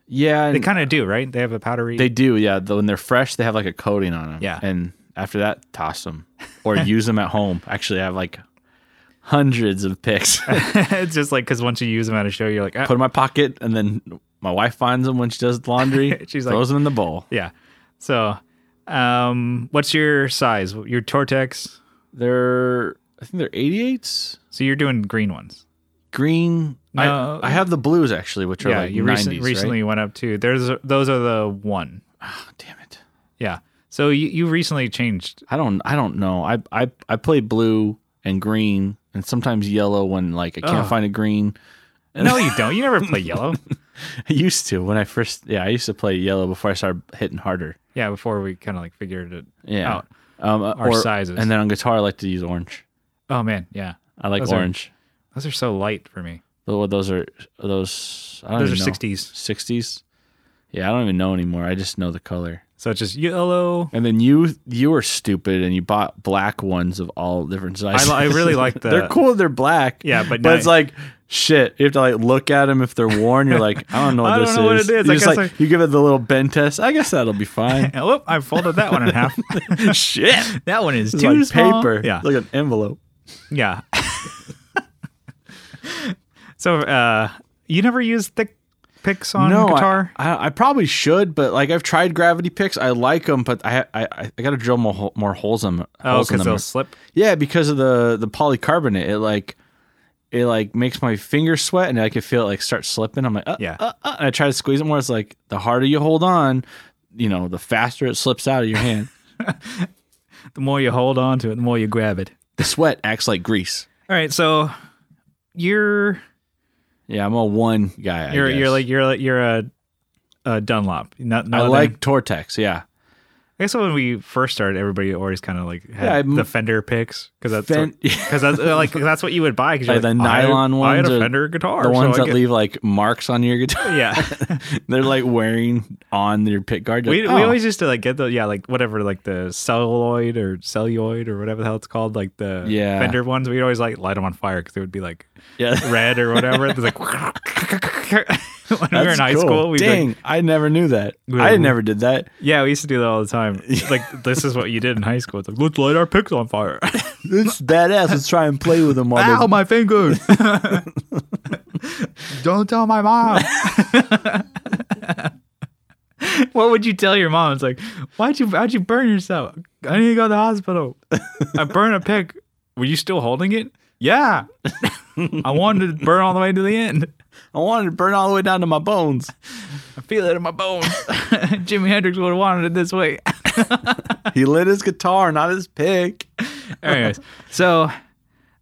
Speaker 2: yeah.
Speaker 1: They
Speaker 2: and-
Speaker 1: kind of do, right? They have a powdery.
Speaker 2: They do, yeah. The, when they're fresh, they have like a coating on them.
Speaker 1: Yeah.
Speaker 2: And after that, toss them or use them at home. Actually, I have like hundreds of picks. (laughs) Put
Speaker 1: (laughs) it's just like because once you use them at a show, you're like, ah,
Speaker 2: them in my pocket, and then my wife finds them when she does laundry.
Speaker 1: (laughs) She's like-
Speaker 2: throws them in the bowl.
Speaker 1: yeah. So, um, what's your size? Your Tortex.
Speaker 2: They're, I think they're 88s.
Speaker 1: So you're doing green ones.
Speaker 2: Green.
Speaker 1: No.
Speaker 2: I, I have the blues actually, which are
Speaker 1: yeah,
Speaker 2: like
Speaker 1: you
Speaker 2: 90s.
Speaker 1: recent,
Speaker 2: right?
Speaker 1: recently went up to. There's those are the one.
Speaker 2: Ah, damn it.
Speaker 1: Yeah. So you, you recently changed.
Speaker 2: I don't. I don't know. I I I play blue and green and sometimes yellow when like I can't
Speaker 1: Ugh.
Speaker 2: find a green.
Speaker 1: No, you don't. You
Speaker 2: (laughs)
Speaker 1: never play yellow.
Speaker 2: I used to when I first. Yeah, I used to play yellow before I started hitting harder.
Speaker 1: Yeah, before we kind of like figured it
Speaker 2: Yeah.
Speaker 1: out.
Speaker 2: Um,
Speaker 1: Our Oh. sizes.
Speaker 2: And then on guitar, I like to use orange.
Speaker 1: Oh man, yeah,
Speaker 2: I like
Speaker 1: Those are-
Speaker 2: orange.
Speaker 1: those are so light for me.
Speaker 2: Tho- those are are those. I don't
Speaker 1: Those
Speaker 2: even
Speaker 1: are
Speaker 2: know.
Speaker 1: sixties,
Speaker 2: 60s. Yeah, I don't even know anymore. I just know the color.
Speaker 1: so it's just yellow.
Speaker 2: And then you you were stupid and you bought black ones of all different sizes.
Speaker 1: I really like the-
Speaker 2: (laughs) they're cool. They're black.
Speaker 1: Yeah, but
Speaker 2: but
Speaker 1: no-
Speaker 2: it's like shit. You have to like look at them if they're worn. You're like, I don't know
Speaker 1: (laughs)
Speaker 2: what
Speaker 1: I don't
Speaker 2: this
Speaker 1: know what
Speaker 2: is.
Speaker 1: it is.
Speaker 2: You
Speaker 1: I
Speaker 2: just
Speaker 1: guess
Speaker 2: like
Speaker 1: I-
Speaker 2: you give it the little bend test. I guess that'll
Speaker 1: (laughs)
Speaker 2: be fine.
Speaker 1: Oh, I folded that one in half. (laughs)
Speaker 2: shit,
Speaker 1: that one is
Speaker 2: it's
Speaker 1: too
Speaker 2: like
Speaker 1: small.
Speaker 2: paper.
Speaker 1: Yeah,
Speaker 2: It's like an envelope.
Speaker 1: yeah. so uh, you never use thick picks on
Speaker 2: I-
Speaker 1: guitar?
Speaker 2: I, I probably should, but like I've tried gravity picks. I like them, but I I, I got to drill more hol- more holes in,
Speaker 1: oh,
Speaker 2: holes in
Speaker 1: because
Speaker 2: them.
Speaker 1: they'll slip.
Speaker 2: yeah, because of the the polycarbonate, it like it like makes my fingers sweat, and I can feel it like start slipping. I'm like, uh,
Speaker 1: Yeah.
Speaker 2: uh, uh, and I try to squeeze it more. It's like the harder you hold on, you know, the faster it slips out of
Speaker 1: (laughs)
Speaker 2: your hand.
Speaker 1: The more you hold on to it, the more you grab it.
Speaker 2: the sweat acts like grease.
Speaker 1: All right, so you're
Speaker 2: Yeah, I'm a one guy. I
Speaker 1: you're
Speaker 2: guess.
Speaker 1: you're like oh, you're like- you're a, a Dunlop. Not, not
Speaker 2: I like Tortex. Yeah,
Speaker 1: I guess when we first started, everybody always kind of like
Speaker 2: Yeah,
Speaker 1: had
Speaker 2: I'm-
Speaker 1: the Fender picks because that's
Speaker 2: Fen-
Speaker 1: because that's uh, like that's what you would buy because
Speaker 2: Like the nylon
Speaker 1: I, I
Speaker 2: ones
Speaker 1: had a
Speaker 2: or
Speaker 1: Fender guitar,
Speaker 2: (laughs) the
Speaker 1: (laughs)
Speaker 2: ones
Speaker 1: so I
Speaker 2: that
Speaker 1: could-
Speaker 2: leave like marks on your guitar.
Speaker 1: (laughs) Yeah,
Speaker 2: (laughs) They're like wearing on their pit guard.
Speaker 1: we,
Speaker 2: You're like,
Speaker 1: we
Speaker 2: "Oh."
Speaker 1: always used to like get the yeah like whatever like the celluloid or celluloid or whatever the hell it's called like the
Speaker 2: Yeah.
Speaker 1: Fender ones. We'd always like light them on fire because they would be like
Speaker 2: yeah.
Speaker 1: red or whatever. It's like (laughs) when
Speaker 2: (laughs)
Speaker 1: we were in
Speaker 2: That's
Speaker 1: high
Speaker 2: cool.
Speaker 1: school, we'd be like,
Speaker 2: Dang, I never knew that.
Speaker 1: Yeah.
Speaker 2: I never did that.
Speaker 1: yeah, we used to do that all the time. like this is what you did in high school. It's like let's light our picks on fire. (laughs)
Speaker 2: It's badass. Let's try and play with them all.
Speaker 1: Ow,
Speaker 2: day.
Speaker 1: my (laughs) fingers. Don't tell my mom. (laughs) what would you tell your mom? It's like, why'd you how'd you burn yourself? I need to go to the hospital. I burned a pick. Were you still holding it? Yeah. I wanted to burn all the way to the end.
Speaker 2: I wanted to burn all the way down to my bones.
Speaker 1: I feel it in my bones. (laughs) Jimi Hendrix would have wanted it this way. (laughs)
Speaker 2: He lit his guitar, not his pick.
Speaker 1: Anyways, so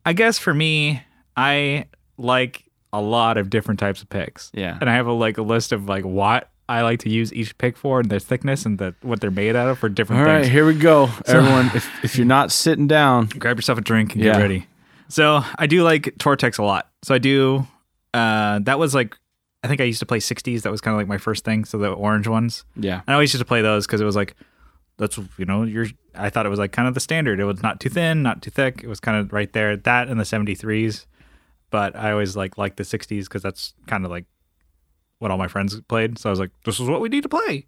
Speaker 1: I guess for me, I like a lot of different types of picks.
Speaker 2: Yeah.
Speaker 1: And I have a like a list of like what I like to use each pick for and their thickness and the, what they're made out of for different
Speaker 2: All
Speaker 1: things.
Speaker 2: right, here we
Speaker 1: (laughs)
Speaker 2: go, everyone. If if you're not sitting down,
Speaker 1: grab yourself a drink and get
Speaker 2: Yeah.
Speaker 1: ready. So I do like Tortex a lot. So I do. Uh, that was like, I think I used to play 60s. That was kind of like my first thing. So the orange ones.
Speaker 2: yeah,
Speaker 1: And I always used to play those because it was like, that's you know, you're. I thought it was like kind of the standard. It was not too thin, not too thick. It was kind of right there. That and the 73s. But I always like like the 60s because that's kind of like what all my friends played. So I was like, this is what we need to play.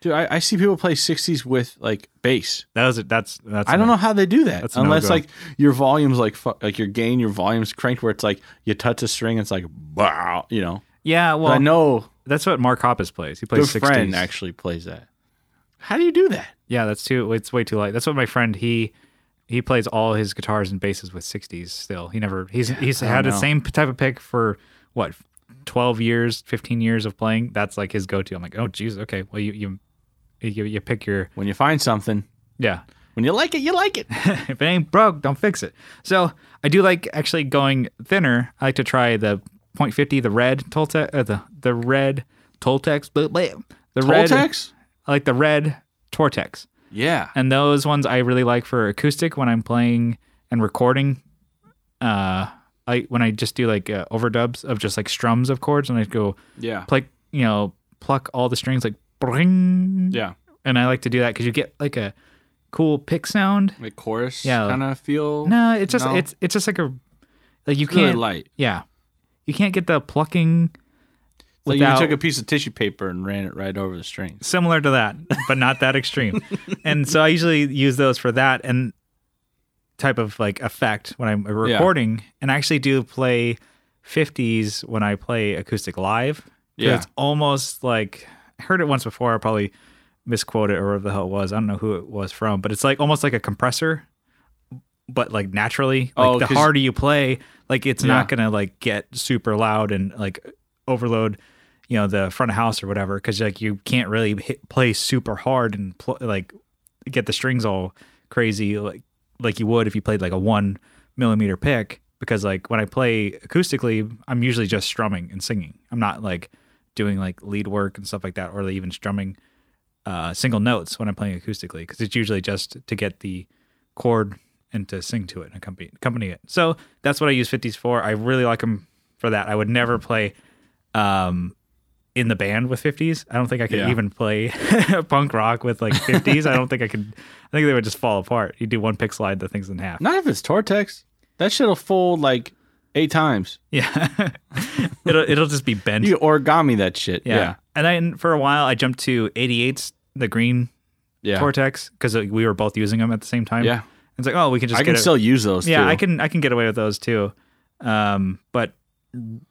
Speaker 2: dude, I, I see people play 60s with like bass.
Speaker 1: That was it. That's that's.
Speaker 2: I don't know how they do that
Speaker 1: That's a
Speaker 2: unless
Speaker 1: no-go.
Speaker 2: like your volume's like fu- like your gain, your volume's cranked where it's like you touch a string, it's like wow, you know.
Speaker 1: Yeah,
Speaker 2: But
Speaker 1: well,
Speaker 2: I know
Speaker 1: that's what Mark Hoppus plays. He
Speaker 2: your
Speaker 1: plays 60s.
Speaker 2: friend actually plays that. How do you do that?
Speaker 1: Yeah, that's too. It's way too light. That's what my friend he he plays all his guitars and basses with 60s. Still, he never he's he's
Speaker 2: I
Speaker 1: had
Speaker 2: don't
Speaker 1: the
Speaker 2: know.
Speaker 1: same type of pick for what 12 years, 15 years of playing. That's like his go-to. I'm like, oh geez, okay. Well, you you you, you pick your
Speaker 2: When you find something,
Speaker 1: yeah. (laughs)
Speaker 2: when you like it, you like it.
Speaker 1: if it ain't broke, don't fix it. So I do like actually going thinner. I like to try the .50, the red Toltec, uh, the the red Toltex, blah, blah, the red,
Speaker 2: Voltex?
Speaker 1: I like the red Tortex.
Speaker 2: Yeah.
Speaker 1: and those ones I really like for acoustic when I'm playing and recording. Uh, I when I just do like uh, overdubs of just like strums of chords, and I go
Speaker 2: Yeah.
Speaker 1: like you know pluck all the strings like bring,
Speaker 2: Yeah.
Speaker 1: and I like to do that because you get like a cool pick sound.
Speaker 2: Like chorus
Speaker 1: Yeah.
Speaker 2: kind of feel.
Speaker 1: No, it's just
Speaker 2: No.
Speaker 1: it's it's just like a like you
Speaker 2: It's really
Speaker 1: can't
Speaker 2: light.
Speaker 1: yeah, you can't get the plucking
Speaker 2: Like
Speaker 1: without-
Speaker 2: you took a piece of tissue paper and ran it right over the strings.
Speaker 1: similar to that, but not that
Speaker 2: (laughs)
Speaker 1: extreme. and so I usually use those for that and type of like effect when I'm recording. And I actually do play 50s when I play acoustic live. 'Cause
Speaker 2: Yeah.
Speaker 1: It's almost like I heard it once before. I probably misquoted it or whatever the hell it was. I don't know who it was from, but it's like almost like a compressor, but like naturally. Like
Speaker 2: Oh,
Speaker 1: the
Speaker 2: 'cause-
Speaker 1: harder you play, like it's not
Speaker 2: Yeah.
Speaker 1: gonna like get super loud and like overload you know the front of house or whatever because like you can't really hit, play super hard and pl- like get the strings all crazy like like you would if you played like a one millimeter pick because like when I play acoustically I'm usually just strumming and singing I'm not like doing like lead work and stuff like that or even strumming uh, single notes when I'm playing acoustically because it's usually just to get the chord and to sing to it and accompany, accompany it. So that's what I use 50s for. I really like them for that. I would never play um, in the band with 50s. I don't think I could
Speaker 2: Yeah.
Speaker 1: even play (laughs) punk rock with like 50s. I don't think I could. I think they would just fall apart. You do one pick slide, the thing's in half.
Speaker 2: Not if it's Tortex. That shit'll fold like eight times.
Speaker 1: Yeah, (laughs) it'll it'll just be bent.
Speaker 2: You can origami that shit.
Speaker 1: yeah.
Speaker 2: Yeah.
Speaker 1: and then for a while I jumped to 88s, the green
Speaker 2: Yeah.
Speaker 1: Cortex, because we were both using them at the same time.
Speaker 2: Yeah.
Speaker 1: it's like oh, we can just
Speaker 2: I
Speaker 1: get
Speaker 2: can
Speaker 1: it.
Speaker 2: still use those
Speaker 1: yeah
Speaker 2: too.
Speaker 1: i can i can get away with those too um but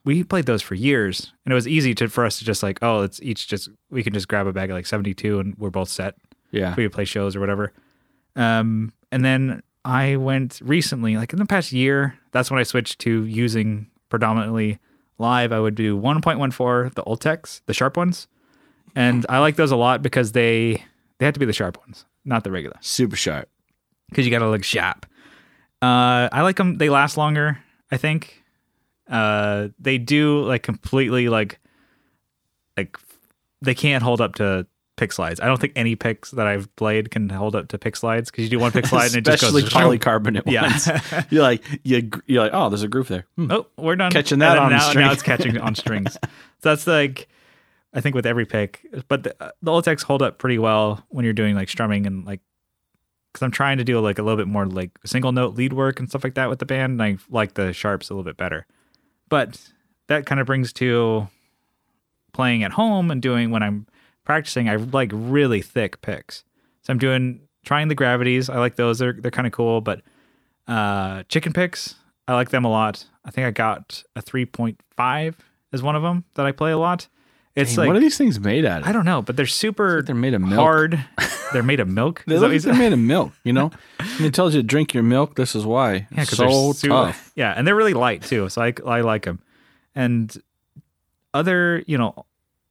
Speaker 1: we played those for years and it was easy to for us to just like oh it's each just we can just grab a bag of like 72 and we're both set
Speaker 2: Yeah.
Speaker 1: we would play shows or whatever um and then i went recently like in the past year that's when i switched to using predominantly live i would do 1.14 the old techs the sharp ones and i like those a lot because they they have to be the sharp ones not the regular
Speaker 2: Super sharp.
Speaker 1: because you gotta look sharp. Uh, I like them. They last longer. I think. Uh, they do like completely like, like they can't hold up to pick slides. I don't think any picks that I've played can hold up to pick slides because you do
Speaker 2: (laughs)
Speaker 1: one pick slide and it just (laughs)
Speaker 2: Especially
Speaker 1: goes
Speaker 2: polycarbonate
Speaker 1: Yeah.
Speaker 2: ones. (laughs) you're like you you're like, oh, there's a groove there. Hmm.
Speaker 1: Oh, we're done
Speaker 2: Catching
Speaker 1: And
Speaker 2: that
Speaker 1: then
Speaker 2: on a
Speaker 1: now,
Speaker 2: string.
Speaker 1: now it's catching
Speaker 2: (laughs)
Speaker 1: on strings. So that's like, I think with every pick, but the, uh, the old techs hold up pretty well when you're doing like strumming and like, because I'm trying to do like a little bit more like single note lead work and stuff like that with the band, and I like the sharps a little bit better. But that kind of brings to playing at home and doing when I'm practicing. I like really thick picks, so I'm doing trying the gravities. I like those; they're they're kind of cool, but uh, chicken picks. I like them a lot. I think I got a 3.5 is one of them that I play a lot. It's
Speaker 2: Dang,
Speaker 1: like
Speaker 2: what are these things made out of?
Speaker 1: I don't know, but they're super
Speaker 2: It's like they're made of milk.
Speaker 1: hard. they're made of milk.
Speaker 2: (laughs) They
Speaker 1: Is that what
Speaker 2: look
Speaker 1: you
Speaker 2: like they're
Speaker 1: said?
Speaker 2: made of milk, you know? and it tells you to drink your milk, this is why.
Speaker 1: Yeah,
Speaker 2: Yeah,
Speaker 1: 'cause they're
Speaker 2: so
Speaker 1: su-
Speaker 2: tough.
Speaker 1: Yeah, and they're really light too, so I I like them. And other you know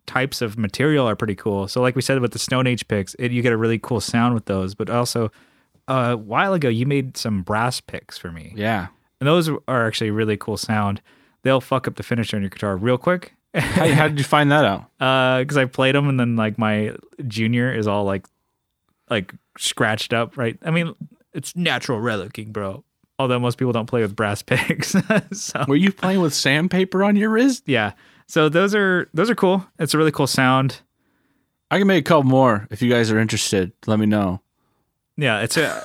Speaker 1: types of material are pretty cool. So like we said with the Stone Age picks, it, you get a really cool sound with those. But also, uh, a while ago you made some brass picks for me.
Speaker 2: Yeah.
Speaker 1: And those are actually really cool sound. They'll fuck up the finisher on your guitar real quick.
Speaker 2: How, how did you find that out?
Speaker 1: because I uh, played them, and then like my junior is all like, like scratched up, right? I mean, it's natural relicking, bro. Although most people don't play with brass (laughs) picks, so
Speaker 2: Were you playing with sandpaper on your wrist?
Speaker 1: yeah. So those are those are cool. It's a really cool sound.
Speaker 2: I can make a couple more if you guys are interested. Let me know.
Speaker 1: Yeah, it's a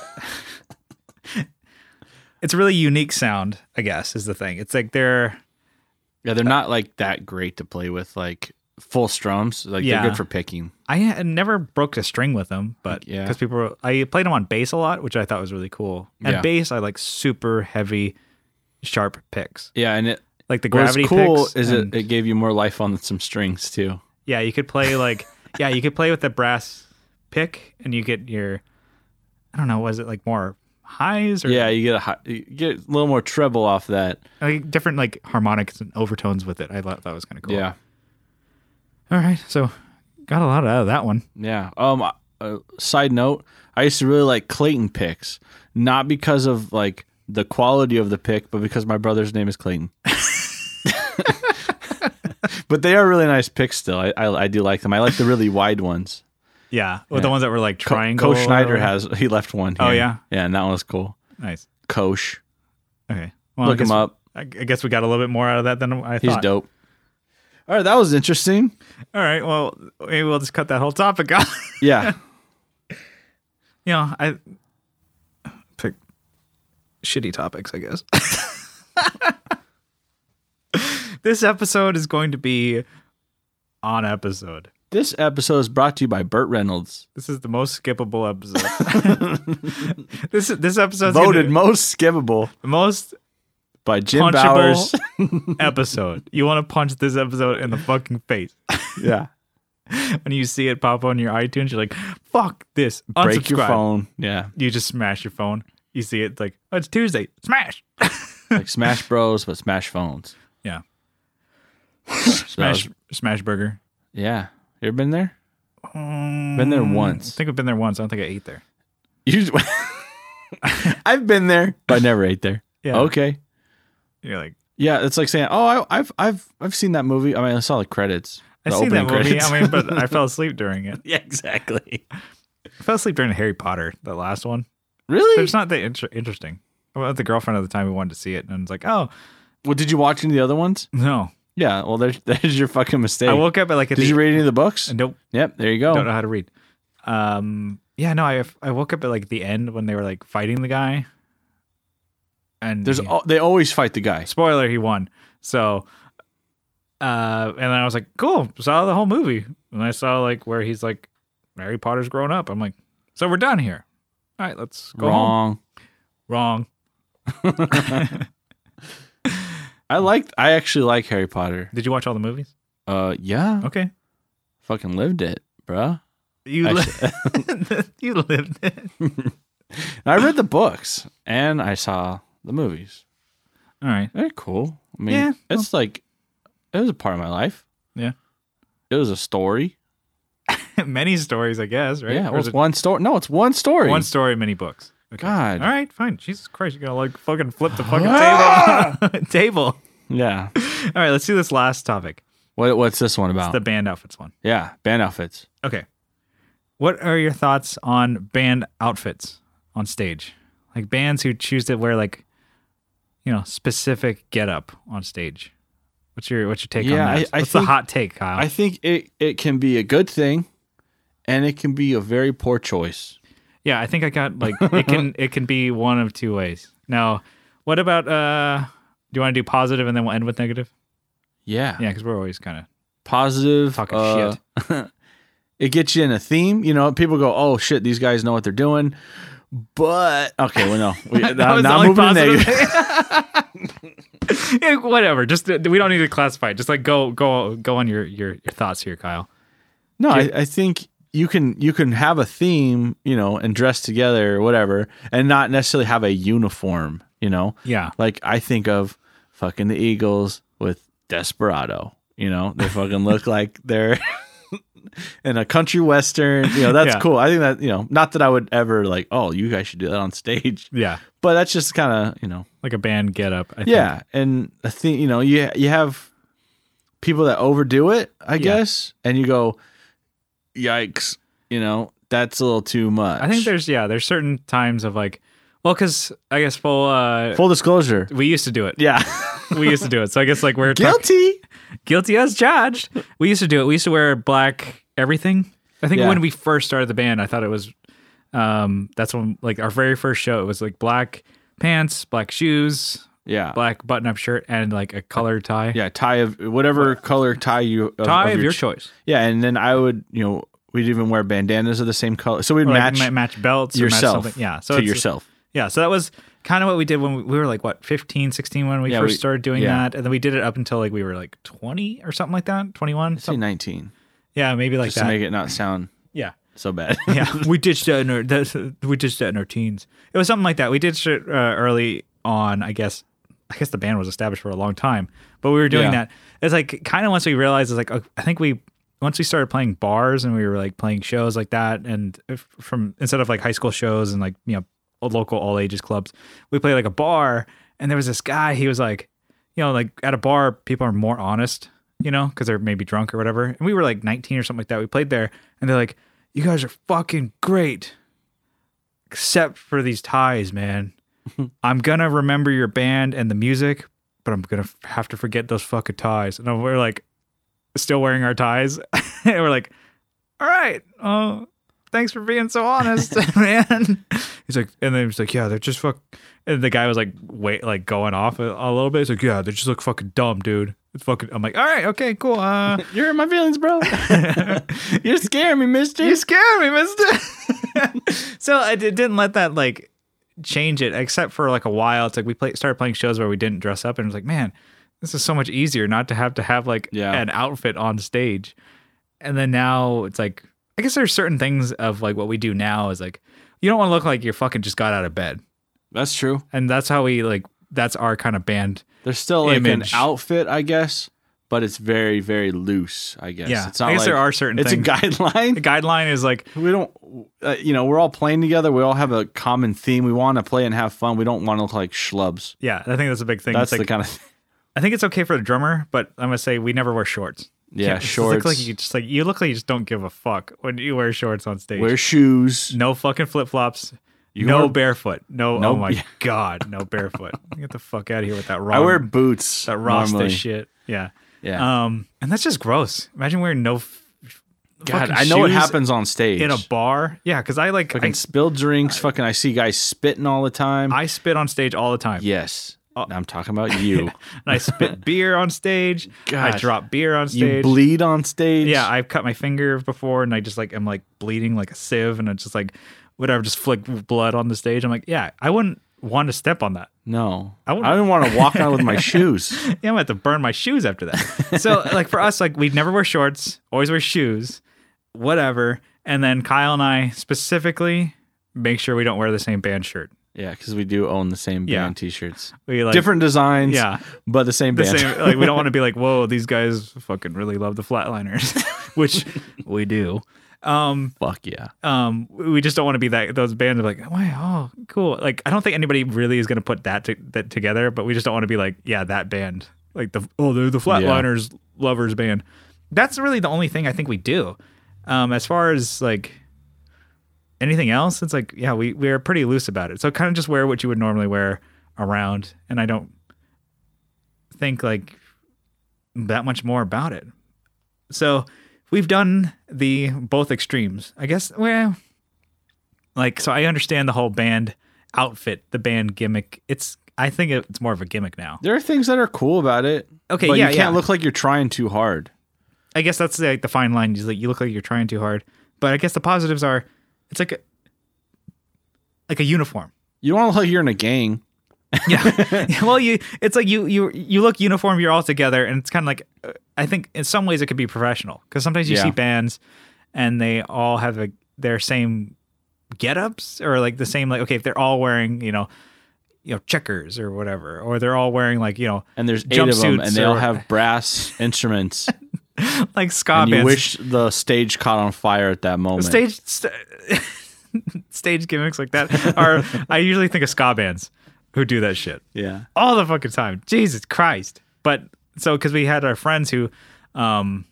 Speaker 1: (laughs) it's a really unique sound. I guess is the thing. It's like they're
Speaker 2: Yeah, they're not like that great to play with, like full strums. Like
Speaker 1: Yeah.
Speaker 2: they're good for picking.
Speaker 1: I had never broke a string with them, but
Speaker 2: Yeah.
Speaker 1: because people were, I played them on bass a lot, which I thought was really cool. And
Speaker 2: Yeah.
Speaker 1: bass, I like super heavy, sharp picks.
Speaker 2: Yeah, and it
Speaker 1: like the
Speaker 2: what's
Speaker 1: gravity
Speaker 2: cool
Speaker 1: picks
Speaker 2: is
Speaker 1: and-
Speaker 2: it, it gave you more life on some strings too.
Speaker 1: yeah you could play
Speaker 2: (laughs)
Speaker 1: like yeah you could play with the brass pick and you get your i don't know was it like more highs or
Speaker 2: Yeah, you get a high, you get a little more treble off that.
Speaker 1: like different like harmonics and overtones with it i thought that was kind of cool
Speaker 2: Yeah,
Speaker 1: all right so got a lot out of that one
Speaker 2: yeah. Um, uh, uh, side note, I used to really like Clayton picks, not because of like the quality of the pick, but because my brother's name
Speaker 1: (laughs)
Speaker 2: is Clayton. but they are really nice picks still. I, I I do like them. I like the really wide ones.
Speaker 1: yeah well the
Speaker 2: Yeah.
Speaker 1: ones that were like
Speaker 2: Co-
Speaker 1: triangle
Speaker 2: Coach Schneider has he left one.
Speaker 1: Oh, yeah?
Speaker 2: yeah, and that one was cool.
Speaker 1: nice
Speaker 2: Coach,
Speaker 1: okay well, I
Speaker 2: look him
Speaker 1: guess-
Speaker 2: up.
Speaker 1: I I guess we got a little bit more out of that than I thought.
Speaker 2: He's dope. All right, that was interesting.
Speaker 1: All right. Well, maybe we'll just cut that whole topic (laughs) off.
Speaker 2: Yeah,
Speaker 1: you know, I pick shitty topics, I guess. (laughs) this episode is going to be on episode.
Speaker 2: this episode is brought to you by Burt Reynolds,
Speaker 1: This is the most skippable episode. (laughs) this this episode's gonna
Speaker 2: voted
Speaker 1: be
Speaker 2: most skippable
Speaker 1: the most
Speaker 2: by Jim Bowers.
Speaker 1: (laughs) punchable episode. You want to punch this episode in the fucking face.
Speaker 2: yeah,
Speaker 1: When you see it pop on your iTunes, you're like, "Fuck this!"
Speaker 2: break your
Speaker 1: Unsubscribe.
Speaker 2: phone. Yeah,
Speaker 1: You just smash your phone. You see it it's like, "Oh, it's Tuesday." Smash.
Speaker 2: (laughs) like Smash Bros, but Smash phones.
Speaker 1: Yeah.
Speaker 2: So that
Speaker 1: Smash
Speaker 2: was-
Speaker 1: Smash Burger.
Speaker 2: yeah, you ever been there?
Speaker 1: Been
Speaker 2: Been there
Speaker 1: Um, I
Speaker 2: once.
Speaker 1: think I've been there once. I don't think I ate there.
Speaker 2: You, (laughs) I've been there, but I never ate there.
Speaker 1: Yeah.
Speaker 2: Okay.
Speaker 1: You're like,
Speaker 2: Yeah, it's like saying, "Oh, I, I've I've I've seen that movie. I mean, I saw the credits.
Speaker 1: I
Speaker 2: the
Speaker 1: seen that
Speaker 2: opening
Speaker 1: movie.
Speaker 2: credits.
Speaker 1: I mean, but (laughs) I fell asleep during it.
Speaker 2: (laughs)
Speaker 1: (laughs)
Speaker 2: yeah, exactly.
Speaker 1: I fell asleep during Harry Potter, the last one. But
Speaker 2: Really?
Speaker 1: it's not that inter- interesting. Well, the girlfriend at the time who wanted to see it, and it's like, oh
Speaker 2: Well, did you watch any of the other ones?
Speaker 1: no,
Speaker 2: Yeah. Well, there's (laughs) there's your fucking mistake.
Speaker 1: I woke up at like a
Speaker 2: did you read any of the books?
Speaker 1: Nope,
Speaker 2: Yep. There you
Speaker 1: don't
Speaker 2: go.
Speaker 1: know how to read. Um, yeah, no, I I woke up at like the end when they were like fighting the guy, and
Speaker 2: There's
Speaker 1: he-
Speaker 2: al- they always fight the guy.
Speaker 1: spoiler he won so uh and then i was like cool saw the whole movie and i saw like where he's like harry potter's grown up i'm like so we're done here all right let's go home
Speaker 2: Wrong.
Speaker 1: wrong
Speaker 2: (laughs) I like. I actually like Harry Potter.
Speaker 1: did you watch all the movies
Speaker 2: Uh, yeah.
Speaker 1: okay
Speaker 2: Fucking lived it, bruh.
Speaker 1: you li- (laughs)
Speaker 2: (laughs)
Speaker 1: you lived it
Speaker 2: And I read the books and I saw the movies.
Speaker 1: all right (laughs)
Speaker 2: They're cool. I mean,
Speaker 1: Yeah,
Speaker 2: it's like it was a part of my life.
Speaker 1: Yeah.
Speaker 2: It was a story.
Speaker 1: many stories i guess right
Speaker 2: Yeah.
Speaker 1: Or
Speaker 2: Well,
Speaker 1: is it
Speaker 2: it's one story. No, it's one story.
Speaker 1: one story many books okay.
Speaker 2: God.
Speaker 1: all right fine jesus christ you're gonna like fucking flip the fucking
Speaker 2: (laughs)
Speaker 1: table (laughs) table
Speaker 2: Yeah.
Speaker 1: all right let's do this last topic
Speaker 2: What What's this one
Speaker 1: it's
Speaker 2: about?
Speaker 1: the band outfits one
Speaker 2: yeah, band outfits.
Speaker 1: Okay. What are your thoughts on band outfits on stage? Like bands who choose to wear like you know, specific getup on stage. What's your what's your take
Speaker 2: Yeah,
Speaker 1: on that?
Speaker 2: I- I
Speaker 1: what's the
Speaker 2: think-
Speaker 1: hot take, Kyle?
Speaker 2: I think it it can be a good thing, and it can be a very poor choice.
Speaker 1: yeah, I think I got
Speaker 2: (laughs)
Speaker 1: like it can it can be one of two ways. Now, what about uh do you want to do positive and then we'll end with negative?
Speaker 2: Yeah.
Speaker 1: Yeah, because we're always kind of
Speaker 2: Positive.
Speaker 1: Talking
Speaker 2: shit. (laughs) it gets you in a theme. You know, people go, "Oh shit, these guys know what they're doing." But
Speaker 1: (laughs)
Speaker 2: okay, well, no, we, (laughs) now,
Speaker 1: was
Speaker 2: now
Speaker 1: the only
Speaker 2: moving to
Speaker 1: positive (laughs)
Speaker 2: negative.
Speaker 1: thing. (laughs) Yeah, whatever. Just uh, we don't need to classify. it. Just like go go go on your your, your thoughts here, Kyle.
Speaker 2: No, I, I think you can you can have a theme, you know, and dress together or whatever, and not necessarily have a uniform. You know,
Speaker 1: Yeah.
Speaker 2: like I think of fucking the Eagles with Desperado. You know, they
Speaker 1: (laughs)
Speaker 2: fucking look like they're (laughs) in a country western. You know, that's
Speaker 1: Yeah.
Speaker 2: cool. I think that you know, not that I would ever like, oh, you guys should do that on stage, (laughs)
Speaker 1: Yeah.
Speaker 2: but that's just kind of you know,
Speaker 1: like a band get up. I think.
Speaker 2: yeah, and I think you know, you you have people that overdo it, I
Speaker 1: Yeah.
Speaker 2: guess, and you go, yikes, you know, that's a little too much.
Speaker 1: I think there's yeah, there's certain times of like, well, because I guess full uh, (laughs)
Speaker 2: full disclosure.
Speaker 1: we used to do it.
Speaker 2: Yeah.
Speaker 1: We used to do it. So I guess like we're talk- (laughs)
Speaker 2: Guilty.
Speaker 1: guilty as charged. We used to do it. We used to wear black everything. I think
Speaker 2: Yeah.
Speaker 1: when we first started the band, I thought it was um that's when like our very first show. It was like black pants, black shoes,
Speaker 2: Yeah.
Speaker 1: black button-up shirt, and like a color tie.
Speaker 2: Yeah, tie of whatever color tie you of,
Speaker 1: tie of your,
Speaker 2: ch-
Speaker 1: choice.
Speaker 2: Yeah, and then I would, you know, we'd even wear bandanas of the same color. So we'd
Speaker 1: Or, like,
Speaker 2: match
Speaker 1: ma- match belts or match
Speaker 2: yourself.
Speaker 1: something. Yeah. So
Speaker 2: to
Speaker 1: it's-
Speaker 2: yourself.
Speaker 1: Yeah, so that was kind of what we did when we, we were like what 15, 16 when we
Speaker 2: Yeah,
Speaker 1: first
Speaker 2: we-
Speaker 1: started doing
Speaker 2: yeah.
Speaker 1: that, and then we did it up until like we were like twenty or something like that, twenty one.
Speaker 2: Say 19
Speaker 1: Yeah, maybe like
Speaker 2: just
Speaker 1: that.
Speaker 2: to make it not sound
Speaker 1: yeah,
Speaker 2: so (laughs) bad.
Speaker 1: yeah, (laughs) we ditched that in our that's, we ditched that in our teens. It was something like that. We ditched it uh, early on, I guess. I guess the band was established for a long time, but we were doing
Speaker 2: Yeah.
Speaker 1: that. It's like kind of once we realized it's like oh, I think we once we started playing bars and we were like playing shows like that, and if, from instead of like high school shows and like you know local all ages clubs, we played like a bar, and there was this guy. He was like, you know, like at a bar, people are more honest, you know, because they're maybe drunk or whatever. And we were like 19 or something like that. We played there, and they're like, "You guys are fucking great, except for these ties, man. I'm gonna remember your band and the music, but I'm gonna f- have to forget those fucking ties." And we're like, still wearing our ties, (laughs) and we're like, "All right, uh, thanks for being so honest, (laughs) man." He's like, and then he's like, "Yeah, they're just fuck." And the guy was like, wait, like going off a, a little bit. He's like, "Yeah, they just look fucking dumb, dude." It's fucking. I'm like, "All right, okay, cool." Uh,
Speaker 2: You're in my feelings, (laughs) bro. You're scaring me, mister.
Speaker 1: you scare me, mister.
Speaker 2: (laughs)
Speaker 1: so I d- didn't let that like change it, except for like a while. It's like we play, started playing shows where we didn't dress up, and it was like, man, this is so much easier not to have to have like
Speaker 2: Yeah.
Speaker 1: an outfit on stage. And then now it's like, I guess there's certain things of like what we do now is like, you don't want to look like you fucking just got out of bed,
Speaker 2: That's true.
Speaker 1: and that's how we like. That's our kind of band.
Speaker 2: There's still like
Speaker 1: Image.
Speaker 2: an outfit, I guess, but it's very, very loose. I guess.
Speaker 1: Yeah,
Speaker 2: It's not
Speaker 1: I guess
Speaker 2: like,
Speaker 1: there are certain
Speaker 2: It's
Speaker 1: things.
Speaker 2: a
Speaker 1: the
Speaker 2: guideline.
Speaker 1: guideline is like
Speaker 2: We don't, uh, you know, we're all playing together. We all have a common theme. We want to play and have fun. We don't want to look like schlubs.
Speaker 1: Yeah, I think that's a big thing.
Speaker 2: That's
Speaker 1: It's like,
Speaker 2: the kind of thing.
Speaker 1: I think it's okay for the drummer, but I'm gonna say we never wear shorts.
Speaker 2: (laughs) Yeah,
Speaker 1: Can't- it just
Speaker 2: shorts.
Speaker 1: Looks like you just like you look like you just don't give a fuck when you wear shorts on stage.
Speaker 2: Wear shoes.
Speaker 1: no fucking flip flops. No
Speaker 2: wear-
Speaker 1: barefoot. No.
Speaker 2: No-
Speaker 1: oh my
Speaker 2: (laughs) yeah.
Speaker 1: god. No barefoot. Get the fuck out of here with that. Raw,
Speaker 2: I wear boots.
Speaker 1: Um, that Rasta
Speaker 2: normally.
Speaker 1: shit. Yeah.
Speaker 2: Yeah.
Speaker 1: Um, and that's just gross. Imagine wearing no. F-
Speaker 2: God,
Speaker 1: fucking
Speaker 2: I know what
Speaker 1: shoes
Speaker 2: happens on stage.
Speaker 1: in a bar. Yeah, because I like I,
Speaker 2: fucking spilled drinks. fucking, I see guys spitting all the time.
Speaker 1: I Uh, spit on stage all the time.
Speaker 2: yes, I'm talking
Speaker 1: (laughs)
Speaker 2: about you.
Speaker 1: And I
Speaker 2: (laughs)
Speaker 1: spit beer on stage. I
Speaker 2: Gosh.
Speaker 1: drop beer on stage.
Speaker 2: you bleed on stage.
Speaker 1: Yeah, I've cut my finger before, and I just like I'm like bleeding like a sieve, and it's just like whatever, just flick blood on the stage. I'm like, yeah, I wouldn't want to step on that. (laughs)
Speaker 2: No, I,
Speaker 1: I
Speaker 2: do
Speaker 1: wouldn't-
Speaker 2: not want to walk out
Speaker 1: (laughs)
Speaker 2: with my shoes.
Speaker 1: Yeah, I'm gonna have to burn my shoes after
Speaker 2: (laughs)
Speaker 1: that. so like for us, like we'd never wear shorts, always wear shoes, whatever. And then Kyle and I specifically make sure we don't wear the same band shirt.
Speaker 2: Yeah, because we do own the same
Speaker 1: Yeah.
Speaker 2: band T-shirts,
Speaker 1: We like
Speaker 2: different designs.
Speaker 1: Yeah.
Speaker 2: but the same
Speaker 1: the
Speaker 2: band.
Speaker 1: same. Like we don't want to be like, whoa, these guys fucking really love the flatliners, (laughs) which we do. Um,
Speaker 2: (laughs) Fuck yeah.
Speaker 1: um we just don't want to be that those bands are like wow oh cool like i don't think anybody really is going to put that to, that together but we just don't want to be like yeah that band like the oh they're the flatliners lovers band that's really the only thing i think we do um as far as like anything else it's like yeah we we're pretty loose about it so kind of just wear what you would normally wear around and i don't think like that much more about it so we've done the both extremes. I guess well like so I understand the whole band outfit, the band gimmick. It's I think it's more of a gimmick now.
Speaker 2: There are things that are cool about it.
Speaker 1: Okay,
Speaker 2: but
Speaker 1: yeah,
Speaker 2: you can't
Speaker 1: yeah.
Speaker 2: look like you're trying too hard.
Speaker 1: I guess that's like the fine line. You like you look like you're trying too hard. But I guess the positives are it's like a like a uniform.
Speaker 2: You don't want to look like you're in a gang.
Speaker 1: (laughs)
Speaker 2: (laughs)
Speaker 1: Yeah. well, you it's like you you you look uniform, you're all together, and it's kind of like uh, I think in some ways it could be professional because sometimes you
Speaker 2: Yeah.
Speaker 1: see bands and they all have a, their same get-ups or like the same like okay if they're all wearing you know you know checkers or whatever or they're all wearing like you know (laughs)
Speaker 2: And there's eight of them,
Speaker 1: Jumpsuits
Speaker 2: and they all
Speaker 1: or-
Speaker 2: have brass (laughs) instruments.
Speaker 1: like ska
Speaker 2: and you
Speaker 1: bands
Speaker 2: wish the stage caught on fire at that moment.
Speaker 1: stage st- (laughs) stage gimmicks like that are I usually think of ska bands who do that shit
Speaker 2: yeah.
Speaker 1: all the fucking time. Jesus Christ. But so because we had our friends who um,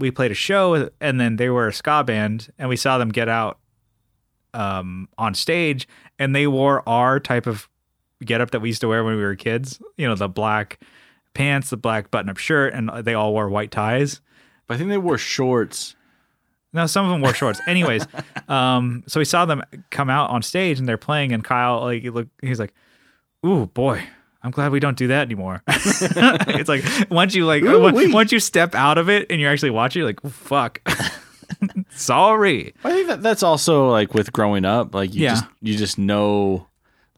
Speaker 1: we played a show and then they were a ska band and we saw them get out um, on stage and they wore our type of getup that we used to wear when we were kids. You know, the black pants, the black button up shirt, and they all wore white ties.
Speaker 2: But I think they wore shorts.
Speaker 1: No, some of them wore shorts.
Speaker 2: (laughs)
Speaker 1: Anyways, um, so we saw them come out on stage and they're playing, and Kyle like he look, he's like, "Ooh, boy." I'm glad we don't do that anymore. (laughs) it's like once you like
Speaker 2: Ooh-wee.
Speaker 1: once you step out of it and you're actually watching, you're like, "Oh, fuck. (laughs)
Speaker 2: (laughs)
Speaker 1: Sorry.
Speaker 2: I think that that's also like with growing up, like you
Speaker 1: Yeah.
Speaker 2: just you just know,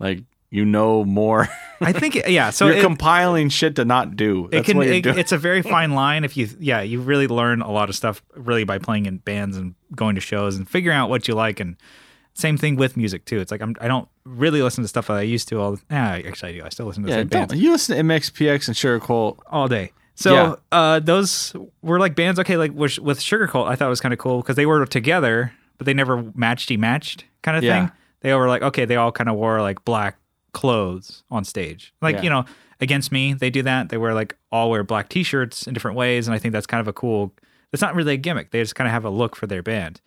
Speaker 2: like you
Speaker 1: (laughs)
Speaker 2: know more.
Speaker 1: I think yeah. So
Speaker 2: you're
Speaker 1: it-
Speaker 2: compiling shit to not do. That's
Speaker 1: it can
Speaker 2: what you're
Speaker 1: it,
Speaker 2: doing.
Speaker 1: it's a
Speaker 2: (laughs)
Speaker 1: very fine line if you yeah you really learn a lot of stuff really by playing in bands and going to shows and figuring out what you like and same thing with music too it's like I'm, i don't really listen to stuff that i used to all the (laughs) yeah actually i do i still listen to the
Speaker 2: yeah,
Speaker 1: same bands
Speaker 2: don't, you listen to MXPX and Sugar Colt.
Speaker 1: all day so
Speaker 2: Yeah.
Speaker 1: uh those were like bands okay like with, with sugar cult i thought it was kind of cool because they were together but they never matched matched kind of
Speaker 2: Yeah.
Speaker 1: thing they were like okay they all kind of wore like black clothes on stage like
Speaker 2: Yeah.
Speaker 1: you know against me they do that they wear like all wear black t-shirts in different ways and i think that's kind of a cool it's not really a gimmick they just kind of have a look for their band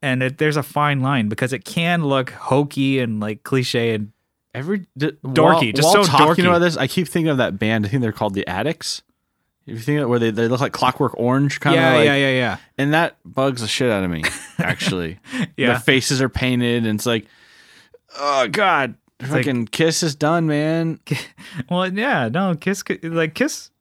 Speaker 1: and it, there's a fine line because it can look hokey and like cliche and
Speaker 2: Every d-
Speaker 1: Dorky,
Speaker 2: while-
Speaker 1: just so
Speaker 2: while talking
Speaker 1: dorky.
Speaker 2: about this, I keep thinking of that band. I think they're called the Addicts. If you think of where they, they look like Clockwork Orange, kind of
Speaker 1: yeah,
Speaker 2: like,
Speaker 1: yeah yeah yeah
Speaker 2: and that bugs the shit out
Speaker 1: (laughs)
Speaker 2: of me. Actually,
Speaker 1: Yeah.
Speaker 2: their faces are painted, and it's like, oh god,
Speaker 1: like-
Speaker 2: fucking Kiss is done, man.
Speaker 1: Well, yeah, no, Kiss, c- like Kiss,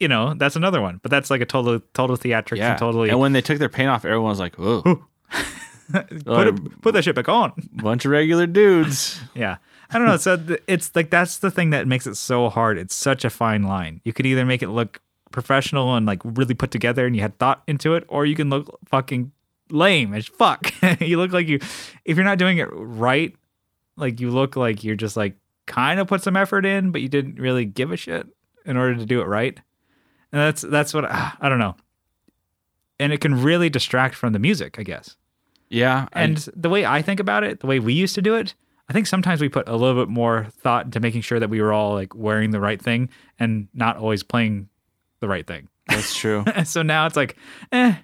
Speaker 1: you know, that's another one, but that's like a total, total theatrics
Speaker 2: Yeah,
Speaker 1: and totally
Speaker 2: And when they took their paint off, everyone was like, oh,
Speaker 1: (laughs) put
Speaker 2: uh,
Speaker 1: it, put that shit back on.
Speaker 2: bunch of
Speaker 1: (laughs)
Speaker 2: regular dudes.
Speaker 1: Yeah, I don't know. So th- it's like that's the thing that makes it so hard. It's such a fine line. You could either make it look professional and like really put together and you had thought into it, or you can look fucking lame as fuck. (laughs) you look like you, if you're not doing it right, like you look like you're just like kind of put some effort in, but you didn't really give a shit in order to do it right. And that's that's what (sighs) ah, I don't know. And it can really distract from the music, I guess.
Speaker 2: Yeah, I-
Speaker 1: And the way I think about it, the way we used to do it, I think sometimes we put a little bit more thought into making sure that we were all like wearing the right thing and not always playing the right thing.
Speaker 2: (laughs)
Speaker 1: (laughs)
Speaker 2: that's true.
Speaker 1: so now it's like, eh,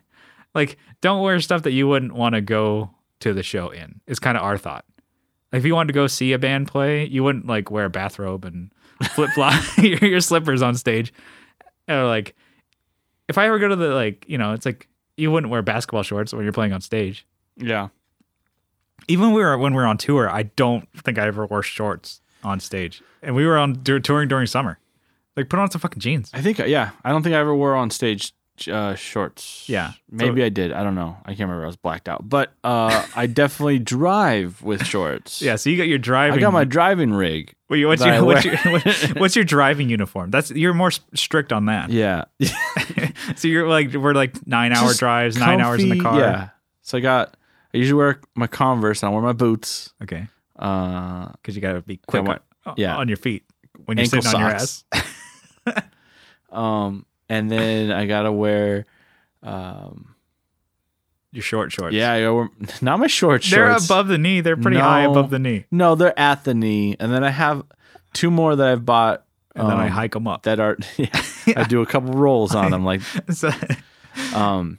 Speaker 1: like don't wear stuff that you wouldn't want to go to the show in. Is kind of our thought. Like, if you wanted to go see a band play, you wouldn't like wear a bathrobe and flip flop (laughs) your, your slippers on stage. Or like, if I ever go to the like, you know, it's like you wouldn't wear basketball shorts when you're playing on stage
Speaker 2: Yeah,
Speaker 1: even when we were when we were on tour, I don't think I ever wore shorts on stage. And we were on dur- touring during summer. Like put on some fucking jeans.
Speaker 2: I think uh, yeah. I don't think I ever wore on stage uh, shorts.
Speaker 1: Yeah.
Speaker 2: maybe I did. I don't know. I can't remember. I was blacked out, but uh, I definitely (laughs) drive with shorts.
Speaker 1: Yeah, so you got your driving.
Speaker 2: I got my driving rig.
Speaker 1: Wait, what's
Speaker 2: that I
Speaker 1: your what's
Speaker 2: wear.
Speaker 1: your, (laughs) what's your driving uniform? That's you're more s- strict on that.
Speaker 2: Yeah,
Speaker 1: (laughs) So you're like we're like nine hour
Speaker 2: Just
Speaker 1: drives, nine hours in the car.
Speaker 2: Comfy, Yeah. So I got. I usually wear my Converse and I wear my boots.
Speaker 1: Okay,
Speaker 2: Uh,
Speaker 1: because you got to be quick
Speaker 2: my-
Speaker 1: on,
Speaker 2: yeah.
Speaker 1: on your feet when you're
Speaker 2: Ankle
Speaker 1: sitting on your
Speaker 2: socks.
Speaker 1: ass.
Speaker 2: um, and then I gotta wear. Um,
Speaker 1: Your short shorts.
Speaker 2: yeah, I gotta wear, (laughs) not my short shorts.
Speaker 1: they're above the knee. They're pretty high
Speaker 2: No.
Speaker 1: above the knee.
Speaker 2: No, they're at the knee, and then I have two more that I've bought.
Speaker 1: And then I
Speaker 2: um,
Speaker 1: hike them up.
Speaker 2: that are (laughs) yeah, I do a couple rolls
Speaker 1: (laughs)
Speaker 2: on them like
Speaker 1: Because
Speaker 2: um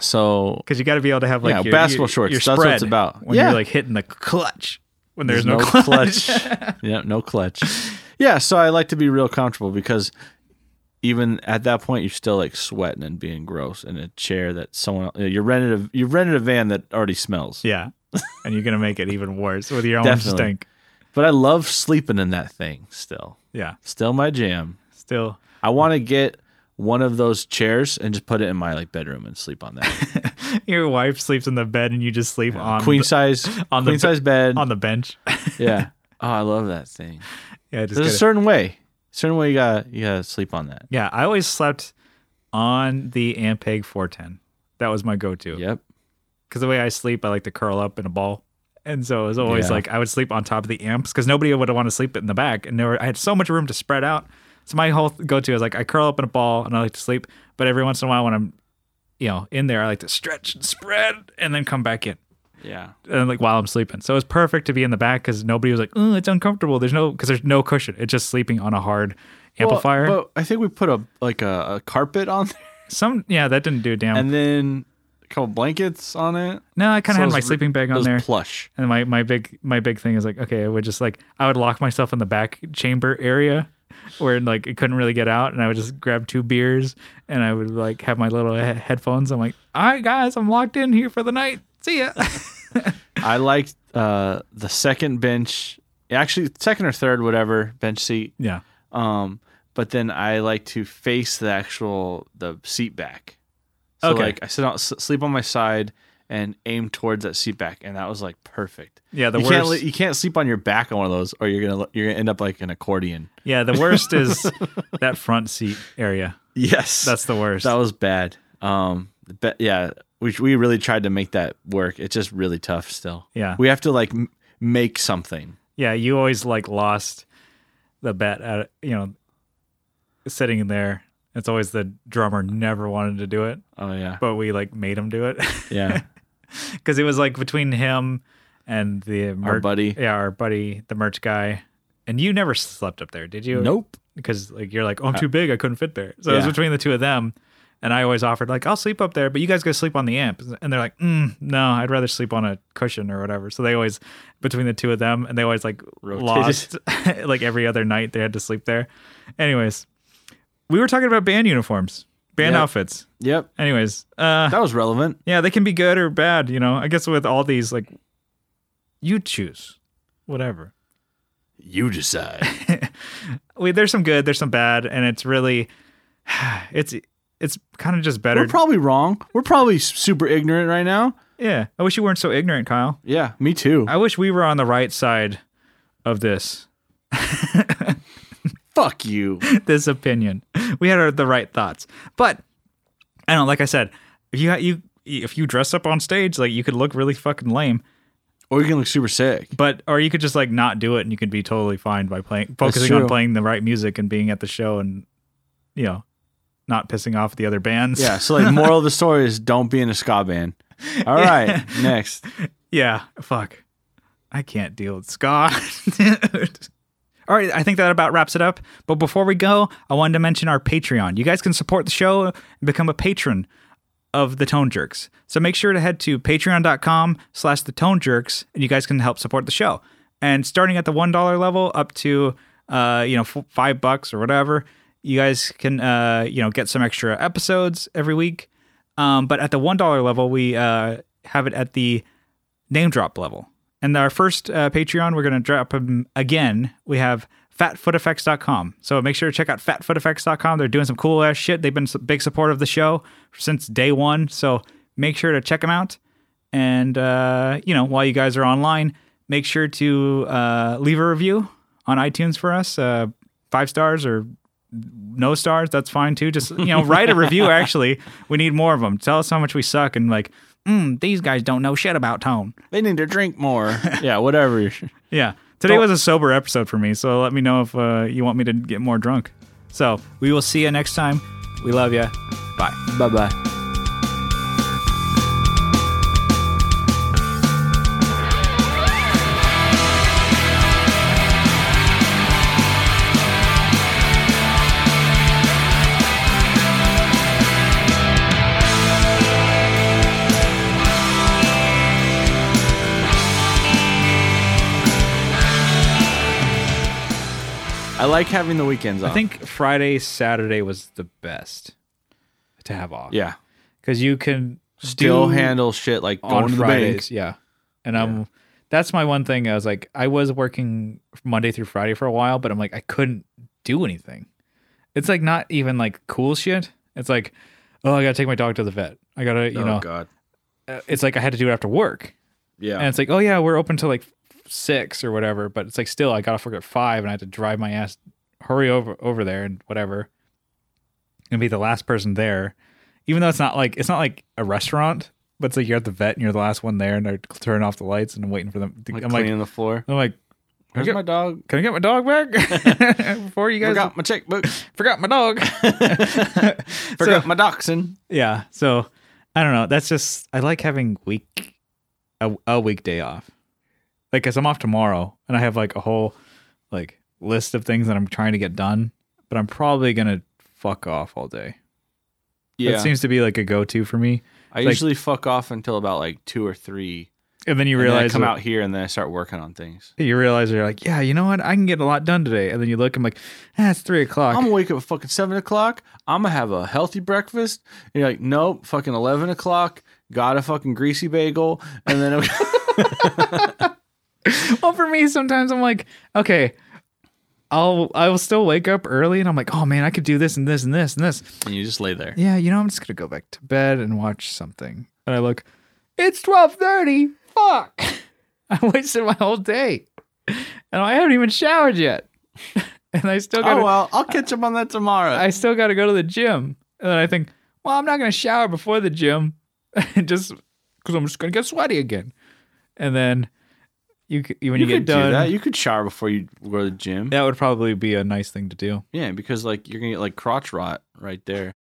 Speaker 2: so
Speaker 1: you got to be able to have like
Speaker 2: yeah
Speaker 1: your,
Speaker 2: basketball
Speaker 1: your-
Speaker 2: shorts
Speaker 1: your
Speaker 2: that's what it's
Speaker 1: spread.
Speaker 2: about
Speaker 1: when
Speaker 2: yeah
Speaker 1: you're like hitting the clutch when there's, no, clutch.
Speaker 2: yeah no clutch yeah so I like to be real comfortable because even at that point you're still like sweating and being gross in a chair that someone you rented a you rented a van that already smells
Speaker 1: (laughs) yeah. And you're gonna make it even worse with your own
Speaker 2: Definitely.
Speaker 1: stink.
Speaker 2: but I love sleeping in that thing still
Speaker 1: Yeah.
Speaker 2: still my jam
Speaker 1: Still
Speaker 2: I want to get one of those chairs and just put it in my like bedroom and sleep on that
Speaker 1: your wife sleeps in the bed and you just sleep (laughs) on
Speaker 2: queen
Speaker 1: the,
Speaker 2: size
Speaker 1: (laughs) on the
Speaker 2: queen
Speaker 1: be-
Speaker 2: size bed
Speaker 1: on the bench. (laughs)
Speaker 2: yeah. Oh, I love that thing.
Speaker 1: yeah, just
Speaker 2: There's a
Speaker 1: get it.
Speaker 2: certain way. Certain way you gotta you gotta sleep on that.
Speaker 1: yeah, I always slept on the Ampeg 410. That was my go-to.
Speaker 2: Yep.
Speaker 1: Because the way I sleep, I like to curl up in a ball. And so it was always
Speaker 2: Yeah.
Speaker 1: like I would sleep on top of the amps because nobody would want to sleep in the back. And there were, I had so much room to spread out. So my whole go to is like I curl up in a ball and I like to sleep. But every once in a while when I'm, you know, in there, I like to stretch and spread and then come back in
Speaker 2: Yeah.
Speaker 1: and like while I'm sleeping. So it's perfect to be in the back because nobody was like, oh, it's uncomfortable. There's no, because there's no cushion. It's just sleeping on a hard amplifier.
Speaker 2: Well, but I think we put a like a, a carpet on there,
Speaker 1: Some yeah, that didn't do a damn.
Speaker 2: and then a couple blankets on it.
Speaker 1: no, I kind of
Speaker 2: So it
Speaker 1: had
Speaker 2: was
Speaker 1: my
Speaker 2: re-
Speaker 1: sleeping bag
Speaker 2: it
Speaker 1: on
Speaker 2: was
Speaker 1: there.
Speaker 2: plush.
Speaker 1: And my, my big my big thing is like, okay, I would just like I would lock myself in the back chamber area where like it couldn't really get out, and I would just grab two beers and I would like have my little he- headphones. I'm like, all right, guys, I'm locked in here for the night. See ya. (laughs)
Speaker 2: I liked uh, the second bench, actually second or third, whatever bench seat.
Speaker 1: yeah,
Speaker 2: Um, but then I like to face the actual the seat back. So
Speaker 1: Okay.
Speaker 2: like I sit on s- sleep on my side and aim towards that seat back, and that was like perfect.
Speaker 1: yeah. The
Speaker 2: you
Speaker 1: worst.
Speaker 2: can't li- you can't sleep on your back on one of those, or you're gonna you're gonna end up like an accordion.
Speaker 1: yeah, the worst
Speaker 2: (laughs)
Speaker 1: is that front seat area.
Speaker 2: Yes,
Speaker 1: That's the worst.
Speaker 2: that was bad. Um, but yeah, we we really tried to make that work. It's just really tough still.
Speaker 1: yeah,
Speaker 2: We have to like m- make something.
Speaker 1: yeah. You always like lost the bet at you know sitting in there. It's always the drummer never wanted to do it,
Speaker 2: Oh yeah,
Speaker 1: but we like made him do it. (laughs)
Speaker 2: (laughs) yeah.
Speaker 1: because it was like between him and the
Speaker 2: Our
Speaker 1: merch,
Speaker 2: buddy.
Speaker 1: yeah, our buddy, the merch guy. And you never slept up there, did you?
Speaker 2: Nope. Uh,
Speaker 1: Because like you're like, oh, I'm too big, I couldn't fit there. So it was
Speaker 2: yeah.
Speaker 1: between the two of them, and I always offered like, I'll sleep up there, but you guys go sleep on the amp. And they're like, mm, no, I'd rather sleep on a cushion or whatever. So they always between the two of them, and they always like
Speaker 2: Rotated.
Speaker 1: lost (laughs) like every other night they had to sleep there. Anyways, we were talking about band uniforms, band
Speaker 2: Yep.
Speaker 1: outfits.
Speaker 2: Yep,
Speaker 1: Anyways, uh,
Speaker 2: that was relevant.
Speaker 1: yeah, they can be good or bad, you know. I guess with all these, like, you choose, whatever.
Speaker 2: You decide.
Speaker 1: We, there's some good, there's some bad, and it's really, (sighs) it's it's kind of just better.
Speaker 2: (laughs) We're probably wrong. We're probably s- super ignorant right now.
Speaker 1: yeah, I wish you weren't so ignorant, Kyle.
Speaker 2: Yeah, me too.
Speaker 1: I wish we were on the right side of this (laughs)
Speaker 2: Fuck you.
Speaker 1: this opinion. We had our, the right thoughts, but I don't. Like I said, if you you if you dress up on stage, like you could look really fucking lame,
Speaker 2: (laughs) Or you can look super sick.
Speaker 1: but or you could just like not do it and you could be totally fine by playing focusing
Speaker 2: true.
Speaker 1: on playing the right music and being at the show and you know not pissing off the other bands
Speaker 2: Yeah. So like, moral of the story is don't be in a ska band. (laughs) All right. Next.
Speaker 1: yeah fuck i can't deal with ska dude (laughs) all right i think that about wraps it up but before we go i wanted to mention our patreon you guys can support the show and become a patron of the tone jerks so make sure to head to patreon.com slash the tone jerks and you guys can help support the show and starting at the one dollar level up to uh you know f- five bucks or whatever you guys can uh you know get some extra episodes every week um but at the one dollar level we uh have it at the name drop level. And our first uh, Patreon, we're going to drop them again. We have fatfooteffects.com. So make sure to check out fatfooteffects.com. They're doing some cool ass shit. They've been a big support of the show since day one. So make sure to check them out. And, uh, you know, while you guys are online, make sure to uh, leave a review on iTunes for us. Uh, five stars or no stars, that's fine too. Just you know, write a review. Actually, we need more of them. Tell us how much we suck and like, mm, these guys don't know shit about tone.
Speaker 2: They need to drink more. (laughs) Yeah. Whatever.
Speaker 1: Yeah, today was a sober episode for me, so let me know if uh, you want me to get more drunk. So we will see you next time. We love you. Bye.
Speaker 2: bye bye. I like having the weekends off.
Speaker 1: I think Friday, Saturday was the best to have off.
Speaker 2: yeah.
Speaker 1: because you can
Speaker 2: Still
Speaker 1: do
Speaker 2: handle shit like going
Speaker 1: on
Speaker 2: to the bank.
Speaker 1: Fridays. Yeah, and I'm. That's my one thing. I was like, I was working Monday through Friday for a while, but I'm like, I couldn't do anything. It's like not even like cool shit. It's like, oh, I gotta take my dog to the vet. I gotta, you
Speaker 2: oh
Speaker 1: know,
Speaker 2: God.
Speaker 1: uh, it's like I had to do it after work,
Speaker 2: Yeah.
Speaker 1: and it's like, oh yeah, we're open till like six or whatever, but it's like still I got off work at five, and I had to drive my ass, hurry over over there and whatever, and be the last person there, even though it's not like it's not like a restaurant, but it's like you're at the vet and you're the last one there, and they're turning off the lights and I'm waiting for them. To,
Speaker 2: like
Speaker 1: I'm like,
Speaker 2: cleaning the floor.
Speaker 1: I'm like,
Speaker 2: Where's
Speaker 1: get-
Speaker 2: my dog?
Speaker 1: can I get my dog back (laughs) before you guys
Speaker 2: Forgot my checkbook.
Speaker 1: (laughs) forgot my dog?
Speaker 2: (laughs) Forgot my dachshund.
Speaker 1: yeah, so I don't know. That's just I like having week a, a weekday off. Like, cause I'm off tomorrow, and I have like a whole like list of things that I'm trying to get done but I'm probably gonna fuck off all day.
Speaker 2: Yeah.
Speaker 1: That seems to be like a go-to for me.
Speaker 2: I
Speaker 1: like-
Speaker 2: usually fuck off until about like two or three.
Speaker 1: And then you
Speaker 2: You
Speaker 1: realize
Speaker 2: I come out here and then I start working on things.
Speaker 1: You realize you're like, yeah, you know what? I can get a lot done today. And then you look, I'm like, ah, it's three o'clock.
Speaker 2: I'm gonna wake up at fucking seven o'clock. I'm gonna have a healthy breakfast. And you're like, nope, fucking eleven o'clock. Got a fucking greasy bagel, and
Speaker 1: (laughs)
Speaker 2: then (laughs)
Speaker 1: well, for me, sometimes I'm like, okay, I'll I will still wake up early, and I'm like, oh man, I could do this and this and this and this.
Speaker 2: and you just lay there.
Speaker 1: Yeah, you know, I'm just gonna go back to bed and watch something. And I look, it's twelve thirty. Fuck, (laughs) I wasted my whole day, and I haven't even showered yet, (laughs) and I still got.
Speaker 2: Oh well, I'll catch up on that tomorrow.
Speaker 1: I still got to go to the gym. And then I think, well, I'm not going to shower before the gym (laughs) just because I'm just going to get sweaty again. And then you, c- you when you,
Speaker 2: you,
Speaker 1: get
Speaker 2: could do
Speaker 1: done,
Speaker 2: that.
Speaker 1: that.
Speaker 2: You could shower before you go to the gym.
Speaker 1: would probably be a nice thing to do.
Speaker 2: Yeah, because like you're gonna get like crotch rot right there.